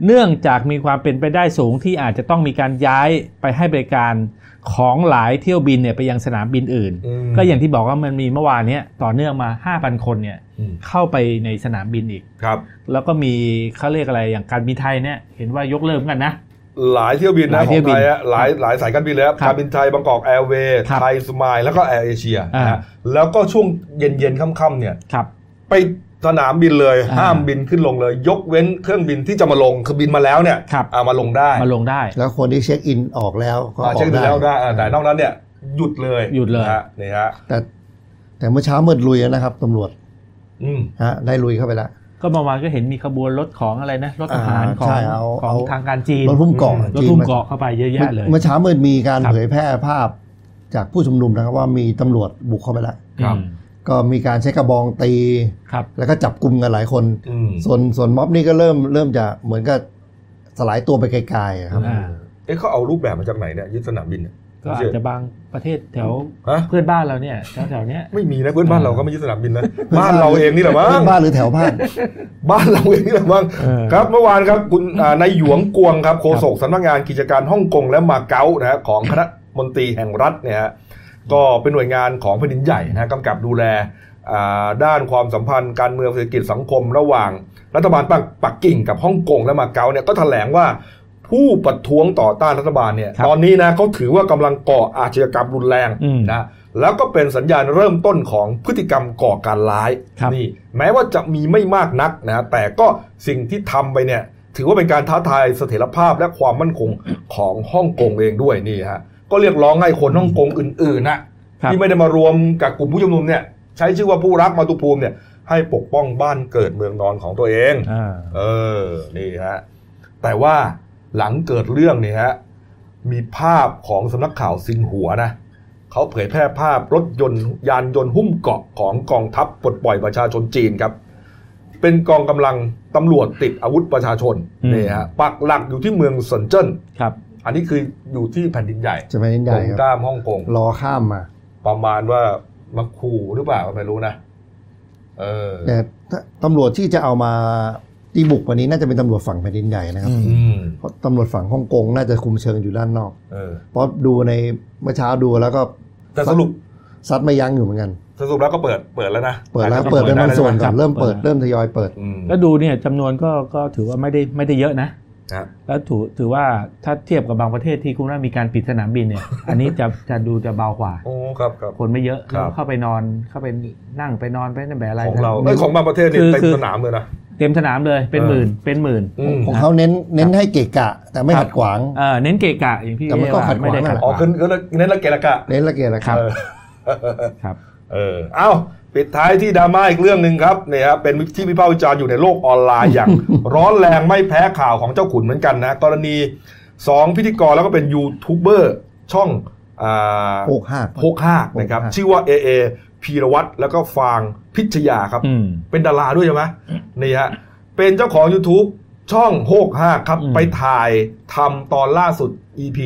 C: เนื่องจากมีความเป็นไปได้สูงที่อาจจะต้องมีการย้ายไปให้บริการของหลายเที่ยวบินเนี่ยไปยังสนามบินอื่น
A: อืม
C: ก็อย่างที่บอกว่ามันมีเมื่อวานเนี้ยต่อเนื่องมา 5,000 คนเนี่ย
A: อืม
C: เข้าไปในสนามบินอีก
A: ครับ
C: แล้วก็มีเขาเรียกอะไรอย่างการบินไทยเนี่ยเห็นว่ายกเลิกเหมือนกันนะ
A: หลายเที่ยวบิน
C: ห
A: นะ
C: ลาย
A: ขอ
C: เที่
A: ง
C: ยวบิ
A: ไท
C: น
A: ยอะหลายหลายสายการบินเลยครับ
C: ครับ
A: การบินไทยบางกอกแอร์เวย์
C: ครับ
A: ไทยสมายแล้วก็แอร์เอเชียนะ
C: อ่า
A: ฮะแล้วก็ช่วงเย็นเย็นๆค่ำๆเนี่ย
C: ครับ
A: ไปสนามบินเลย
C: อ่า
A: ห้ามบินขึ้นลงเลย ยกเว้นเครื่องบินที่จะมาลงคือบินมาแล้วเนี่ย
C: ครับ
A: เอามาลงได้
C: มาลงได้
F: แล้วคนที่เช็คอินออกแล้วก็อ
A: อ่า
F: อก
A: เช็คดู
F: ได้
A: แล้วได้อ่าแต่นอกนั้นเนี่ยหยุดเลย
C: หยุดเลย
A: นะฮะนี่ฮะ
F: แต่แต่เมื่อเช้ามืดลุยแล้วนะครับตำรวจ
A: อืม
F: ฮะได้ลุยเข้าไปแล้ว
C: ก็เมื่อวานก็เห็นมีขบวนรถของอะไรนะรถทหาร
F: อ่า
C: ของ
F: ใช่เอา
C: ขอ
F: เอา
C: งทางการจีน
F: รถพุ่มเกาะ
A: อืม
C: รถ
F: จีน
C: ทุ่ม
F: มา
C: เกาะเข้าไปเยอะแยะเลย
F: เมื่อเช้ามืดมีการ
C: ครับ
F: เผยแพร่ภาพจากผู้ชุมนุมนะครับว่ามีตำรวจบุกเข้าไปแล้ว
A: ครับ
C: อืม
F: ก็มีการใช้กระบองตี
C: ครับ
F: แล้วก็จับกลุ่มกันหลายคน
A: อืม
F: ส่วนส่วนม็อบนี่ก็เริ่มเริ่มจะเหมือนกับสลายตัวไปไกลๆอะครับ
C: อ่า
A: เอ๊ะเขาเอารูปแบบมาจากไหนเนี่ยยึดสนามบินเนี่ย
C: ก็อาจจะบางประเทศแถว
A: ฮะ
C: เพื่อนบ้านเราเนี่ยแถวแถวๆเนี้ย
A: ไม่มีนะเพื่อนบ้านเราก็ไม่ยึดสนามบินนะ
F: เพื่อน
A: บ้า
F: บ้าน
A: นเราเองนี่แหละมั้ง
F: บ้านหรือแถวบ้าน
A: บ้านเราเองนี่แหละมั้ง
C: เออ
A: ครับเมื่อวานครับคุณอ่านายหยวงกวงครับโฆษกสำนักงานกิจการฮ่องกงและมาเก๊านะฮะของคณะมนตรีแห่งรัฐเนี่ยฮะก็เป็นหน่วยงานของแผ่นดินใหญ่นะฮะกำกับดูแลอ่าด้านความสัมพันธ์การเมืองเศรษฐกิจสังคมระหว่าง รัฐบาลปักปักกิ่งกับฮ่องกงและมาเก๊าเนี่ยก็แถลงว่าผู้ประท้วงต่อต้านรัฐบาลเนี่ย
C: ครับ
A: ตอนนี้นะเขาถือว่ากำลังก่ออาชญากรรมรุนแรง
C: อืม
A: นะ แล้วก็เป็นสัญญาณเริ่มต้นของพฤติกรรมก่อการร้าย
C: ครับ
A: นี่แม้ว่าจะมีไม่มากนักนะแต่ก็สิ่งที่ทำไปเนี่ย ถือว่าเป็นการท้าทายเสถียรภาพและความมั่นคงของฮ่องกงเองด้วยนี่ฮะก็เรียกร้องให้คนฮ่องกงอื่นๆนะครับ ที่ไม่ได้มารวมกับกลุ่มผู้ชุมนุมเนี่ย ใช้ชื่อว่าผู้รักมาตุภูมิเนี่ย ให้ปกป้องบ้านเกิดเมืองนอนของตัวเอง
C: อ่า
A: เออ นี่ฮะ แต่ว่าหลังเกิดเรื่องเนี่ยฮะ มีภาพของสำนักข่าวซินหัวนะ เขาเผยแพร่ภาพรถยนต์ยานยนต์หุ้มเกราะของกองทัพปลดปล่อยประชาชนจีนครับ เป็นกองกำลังตำรวจติดอาวุธประชาชน
C: อืม
A: นี่ฮะ ปักหลักอยู่ที่เมืองเซินเจิ้น
C: ครับ
A: อันนี้คืออยู่ที่แผ่นดินใหญ่
F: จะไปนิน
A: ต
F: ให
A: ร
F: ญ่
A: ง
F: ครับ
A: ด้ามฮ่องกง
F: รอข้ามมา
A: ประมาณว่ามาขู่หรือเปล่าก็ไม่รู้นะ เออ
F: แต่ถ้าตำรวจที่จะเอามาที่บุกวันนี้น่าจะเป็นตำรวจฝั่งแผ่นดินใหญ่นะครับ
A: อืม
F: เพราะตำรวจฝั่งฮ่องกงน่าจะคุมเชิงอยู่ด้านนอก
A: เออ
F: เพราะดูในเมื่อเช้าดูแล้วก็
A: แต่สรุป
F: ซัดไม่ยั้งอยู่เหมือนกัน
A: สรุปแล้วก็เปิด เปิดแล้วนะ
F: เปิดแล้ว
A: อาจจะ
F: เปิดเป็นบางส่วนก่อ
C: เปิด
F: น
C: ได้
F: เริ่มเปิดเริ่มทยอยเปิด
A: อืม
C: ก็ดูเนี่ยจำนวนก็ก็ถือว่าไม่ได้ไม่ได้เยอะนะ
A: ฮะ
C: แล้วถือถือว่าถ้าเทียบกับบางประเทศที่คุณว่ามีการปิดสนามบินเนี่ย <laughs> อันนี้จะจะดูจะเบากว่า
A: โอ้ครับครับ
C: คนไม่เยอะ
A: ครับ
C: แล้วเข้าไปนอนเข้าไปนั่งไปนอนไปนั่งแบบอะไร
A: ของเรา
C: นะ
A: เอ้ยของบางประเทศเนี่ย
C: คือ
A: เต็ม
C: คือ
A: สนามเลยนะ
C: เต็มสนามเลยเป็น
A: เออ
C: หมื่นเป็นหมื่น
A: อืม
F: ของเขาเน้นเน้นให้เกะกะ แต่ไม่
C: ครับ
F: ขัดขวาง
C: เอ่อเน้นเกะกะอย่างพี่
F: แต่มันก็
C: เอ๊ะ
F: ขัดขวาง
C: ไม่ได้
F: นั่น
C: ขั
F: แห
C: ด
F: ละ
C: ข
A: อ๋อ
C: วาง
A: คือคือเน้นละเกะละกะ
F: เน้นละเกะละ
C: ครั
F: กะ
C: บ
A: เออ
C: ครับ
A: เออเอ้าปิดท้ายที่ดราม่าอีกเรื่องหนึ่งครับเนี่ยฮะเป็นที่วิพากษ์วิจารณ์อยู่ในโลกออนไลน์อย่าง <laughs> ร้อนแรงไม่แพ้ข่าวของเจ้าขุนเหมือนกันนะ กรณีสองพิธีกรแล้วก็เป็นยูทูบเบอร์ช่องอ่า
F: โอกหัก
A: โคกฮากนะครับ
F: โคกฮาก
A: ชื่อว่าเอเอพีรวัตรแล้วก็ฟางพิชยาครับ
C: อืม
A: เป็นดาราด้วยใช่ไหมนี่ฮะ เป็นเจ้าของ YouTube ช่องโฮกห้าครับ
C: อืม
A: ไปถ่ายทำตอนล่าสุด EP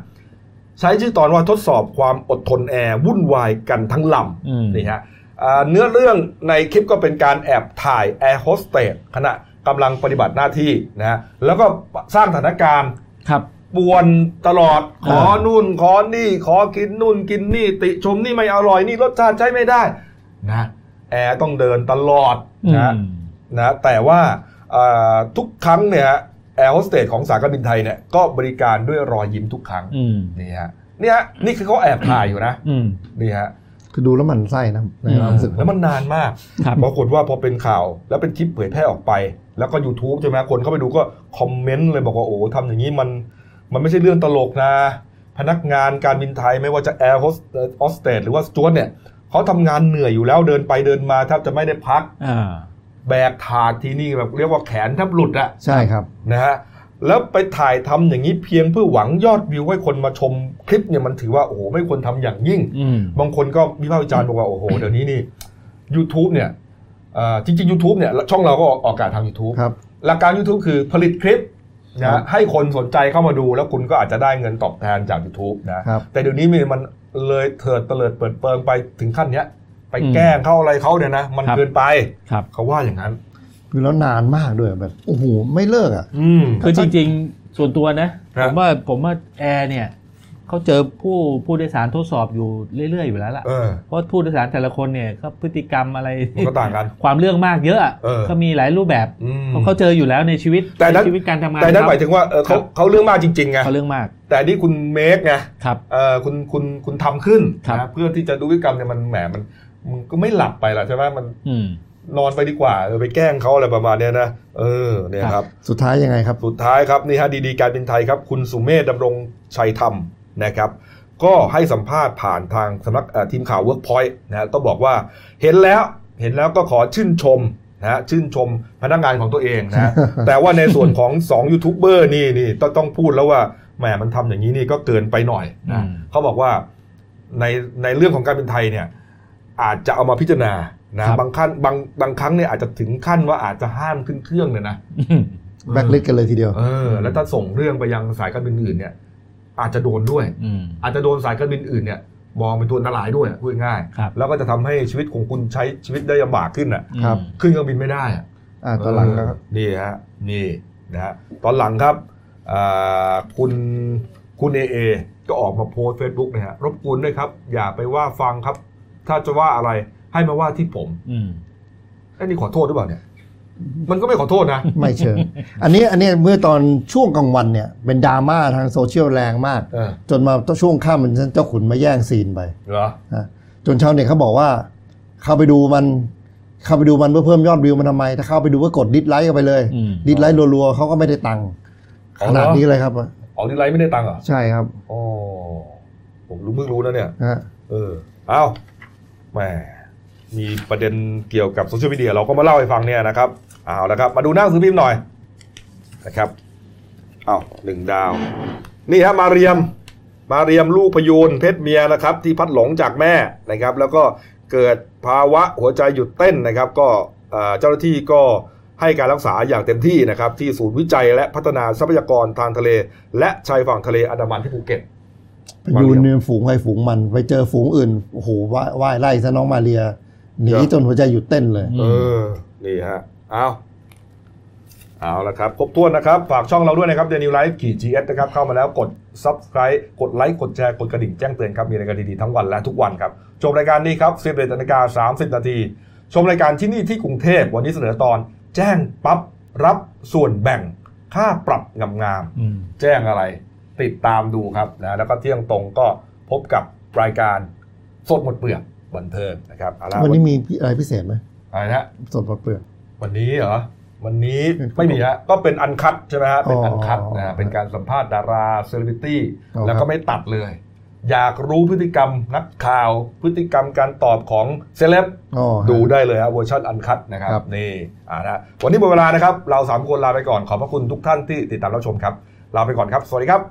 A: 25 ใช้ชื่อตอนว่าทดสอบความอดทนแอร์วุ่นวายกันทั้งล
C: อืม
A: ำนี่ฮะอ่าเนื้อเรื่องในคลิปก็เป็นการแอบถ่ายแอร์โฮสเตสขณะกำลังปฏิบัติหน้าที่นะฮะแล้วก็สร้างสถานการณ์
C: ครับ
A: ป่วนตลอด ขอ
F: เออ
A: นู่นขอนี่ขอกินนู่นกินนี่ ติชมนี่ไม่อร่อยนี่รสชาติใช้ไม่ได้นะแอร์ต้องเดินตลอดนะ
D: อืม
A: นะแต่ว่าเอ่อทุกครั้งเนี่ยแอร์โฮสเตสของสายการบินไทยเนี่ยก็บริการด้วยรอยยิ้มทุกครั้ง
D: อืม
A: นี่ฮะเนี่ยนี่คือเขาแอบถ่ายอยู่นะ
D: อืม
A: นี่ฮะ
F: คือดูแล้วหมันไส้นะในความรู้สึกผ
A: แล้วมันนานมาก
D: ครับ
A: ปรากฏว่าพอเป็นข่าวแล้วเป็นคลิปเผยแพร่ออกไป แล้วก็ YouTube ใช่ไหมคนเข้าไปดูก็คอมเมนต์เลยบอกว่าโอ้ทำอย่างนี้มันมันไม่ใช่เรื่องตลกนะ พนักงานการบินไทยไม่ว่าจะแอร์โฮสโฮสเตสหรือว่าสจวตเนี่ยเขาทำงานเหนื่อยอยู่แล้วเดินไปเดินมาแทบจะไม่ได้พัก
D: อ่า
A: แบกถาดที่นี่แบบเรียกว่าแขนแทบหลุดอะ
F: ใช่ครับ
A: นะฮะแล้วไปถ่ายทำอย่างนี้เพียงเพื่อหวังยอดวิวให้คนมาชมคลิปเนี่ยมันถือว่าโอ้โหไม่ควรทำอย่างยิ่ง
D: อืม
A: บางคนก็วิพากษ์วิจารณ์บอกว่าโอ้
D: <coughs>
A: โหเดี๋ยวนี้นี่ YouTube เนี่ยเอ่อจริงๆ YouTube เนี่ยช่องเราก็ออกอากาศทาง YouTube
F: ครับ
A: หลักการ YouTube คือผลิตคลิป
F: ครั
A: นะ
F: บ
A: ให้คนสนใจเข้ามาดูแล้วคุณก็อาจจะได้เงินตอบแทนจาก YouTube นะครับ แต่เดี๋ยวนี้มันเลยเถิดเตลิดเปิดเปิงไปถึงขั้นเนี้ยไป
D: อืม
A: แกล้งเข้าอะไรเขาเนี่ยนะมัน
D: ครับ
A: เกินไป
D: ครับ
A: เขาว่าอย่างนั้น
F: คือแล้วนานมากด้วยแบบโอ้โหไม่เลิกอ่ะ
A: อืม
D: คือจริงๆ ส่วนตัวนะ
A: ครั
D: ผ
A: บ
D: มว่าผมว่าแอร์เนี่ยเขาเจอผู้ผู้โดยสารทดสอบอยู่เรื่อยๆ อยู่แล้วล่ะ
A: เออ
D: เพราะผู้โดยสารแต่ละคนเนี่ยก็พฤติกรรมอะไร
A: มันก็ต่างกัน
D: ความเรื่องมากเยอะอะ
A: เออ
D: ก็มีหลายรูปแบบ
A: อืม
D: เขาเจออยู่แล้วในชีวิต
A: แต่นั้น
D: ในชีวิตการทำงาน
A: แต่นั่น
D: ค
A: ห
D: รับ
A: มายถึงว่าเออ
D: ครับ
A: เขาเขาเรื่องมากจริงๆไง
D: เขาเรื่องมาก
A: แต่อันนี่คุณเมคไง
D: ครับ
A: เออคุณคุณคุณทำขึ้น
D: ครับ
A: นะเพื่อที่จะดูพฤติกรรมเนี่ยมันแหมมันมันก็ไม่หลับไปหรอกใช่ไหมมัน
D: อืม
A: นอนไปดีกว่าเออไปแกล้งเขาอะไรประมาณเนี้ยนะเออเนี่ยครับ
F: สุดท้ายยังไงครับ
A: สุดท้ายครับนี่ฮะดีๆการบินไทยครับคุณสุเมธดำรงชัยธรรมนะครับ ก็ให้สัมภาษณ์ผ่านทางสำนักเอ่อทีมข่าว Workpoint นะต้องบอกว่าเห็นแล้วเห็นแล้วก็ขอชื่นชมนะฮะชื่นชมพนักงานของตัวเองนะ แต่ว่าในส่วนของ 2ยูทูบเบอร์นี่นี่ต้องต้องพูดแล้วว่าแหมมันทำอย่างนี้นี่ก็เกินไปหน่อยนะ
D: อืม
A: เขาบอกว่าในในเรื่องของการบินไทยเนี่ยอาจจะเอามาพิจารณานะครับ บางขั้นบางบางครั้งเนี่ยอาจจะถึงขั้นว่าอาจจะห้ามขึ้นเครื่องเลยนะ
D: อืม
F: แบ็คลิสกันเลยทีเดียว
A: เออแล้วถ้าส่งเรื่องไปยังสายการบินอื่นเนี่ย อาจจะโดนด้วย
D: อืม
A: อาจจะโดนสายการบินอื่นเนี่ยมองเป็นตัวอันตรายด้วยพูดง่าย
D: ครับ
A: แล้วก็จะทำให้ชีวิตของคุณใช้ชีวิตได้ลำบากขึ้นอ่ะ
F: ครับ
A: ขึ้นเครื่องบินไม่ได้อะ
F: อ่าตอนหลังก็
A: เออนี่ฮะนี่นะฮะตอนหลังครับอ่าคุณคุณเอเอก็ออกมาโพสเฟซบุ๊กนะฮะรบกวนด้วยครับ อย่าไปว่าฟังครับ ถ้าจะว่าอะไรให้มาว่าที่ผม
D: อืม
A: ไอ้นี่ขอโทษหรือเปล่าเนี่ย มันก็ไม่ขอโทษนะ
F: ไม่เชิง อันนี้อันนี้เมื่อตอนช่วงกลางวันเนี่ย เป็นดราม่าทางโซเชียลแรงมาก
A: เออ
F: จนมาช่วงข้ามมันเจ้าขุนมาแย่งซีนไป
A: เหรอ
F: นะจนชาวเน็ตเขาบอกว่า เข้าไปดูมัน เข้าไปดูมันเพื่อเพิ่มยอดวิวมันทำไม ถ้าเข้าไปดูก็กดดิสไลค์กันไปเลย
D: อืม
F: ดิสไลค์รัวๆเขาก็ไม่ได้ตังค์ขนาดนี้เลยครับ
A: ออกดีไลน์ไม่ได้ตังค์เหรอ
F: ใช่ครับ
A: อ๋อผมรู้เพิ่งรู้นะเนี่ย
F: ฮะ
A: เออ เอาแหมมีประเด็นเกี่ยวกับโซเชียลมีเดียเราก็มาเล่าให้ฟังเนี่ยนะครับ เอาละครับ มาดูหน้าหนังสือพิมพ์หน่อยนะครับ เอาหนึ่งดาว นี่ฮะมาเรียม มาเรียมลูกพยูนเพศเมียนะครับ ที่พัดหลงจากแม่นะครับ แล้วก็เกิดภาวะหัวใจหยุดเต้นนะครับ ก็เอ่อเจ้าหน้าที่ก็ให้การรักษาอย่างเต็มที่นะครับ ที่ศูนย์วิจัยและพัฒนาทรัพยากรทางทะเล และชายฝั่งทะเลอันดามันที่ภูเก็ต
F: ไปอยูเนือฝูงไปฝูงมัน ไปเจอฝูงอื่นโอ้โหว่ายว่ายไล่ซะน้องมาเรียหนี
A: เดี๋ยว
F: จนหัวใจหยุดเต้นเลย
A: เออ นี่ฮะ เอาเอาละครับ ครบถ้วนนะครับ ฝากช่องเราด้วยนะครับ เดนิวไลฟ์ขีดจีเอสนะครับ เข้ามาแล้วกด subscribe กดไลค์ กดแชร์ กดกระดิ่งแจ้งเตือนครับ มีรายการดีๆ ทั้งวันและทุกวันครับ ชมรายการนี้ครับ1 1นาฬิกา30 นาที ชมรายการที่นี่ที่กรุงเทพ วันนี้เสนอตอน แจ้งปั๊บ รับส่วนแบ่ง ค่าปรับงามๆ
D: อืม
A: แจ้งอะไรติดตามดูครับนะแล้วก็เที่ยงตรงก็พบกับรายการสดหมดเปลือกบันเทิงนะครับเอาละ
F: วันนี้มีอะไรพิเศษไหม
A: อะไรนะ
F: สดปลดเปลือก
A: วันนี้เหรอ วันนี้ไม่มีฮะก็เป็นอันคัดใช่ไหมฮะ เป็น
F: อ๋อ
A: อันคัด
F: อ๋อ
A: นะฮะเป็นการสัมภาษณ์ดาราเซเลบริตี้
F: อ๋อครับ
A: แล้วก็ไม่ตัดเลย อยากรู้พฤติกรรมนักข่าว พฤติกรรมการตอบของเซเลบ
F: อ๋อ
A: ดูได้เลยฮะเวอร์ชันอันคัดนะครับ
F: ครับ
A: นี่อ่านะวันนี้หมดเวลานะครับ เราสามคนลาไปก่อนขอบพระคุณทุกท่านที่ติดตามรับชมครับ ลาไปก่อนครับ สวัสดีครับ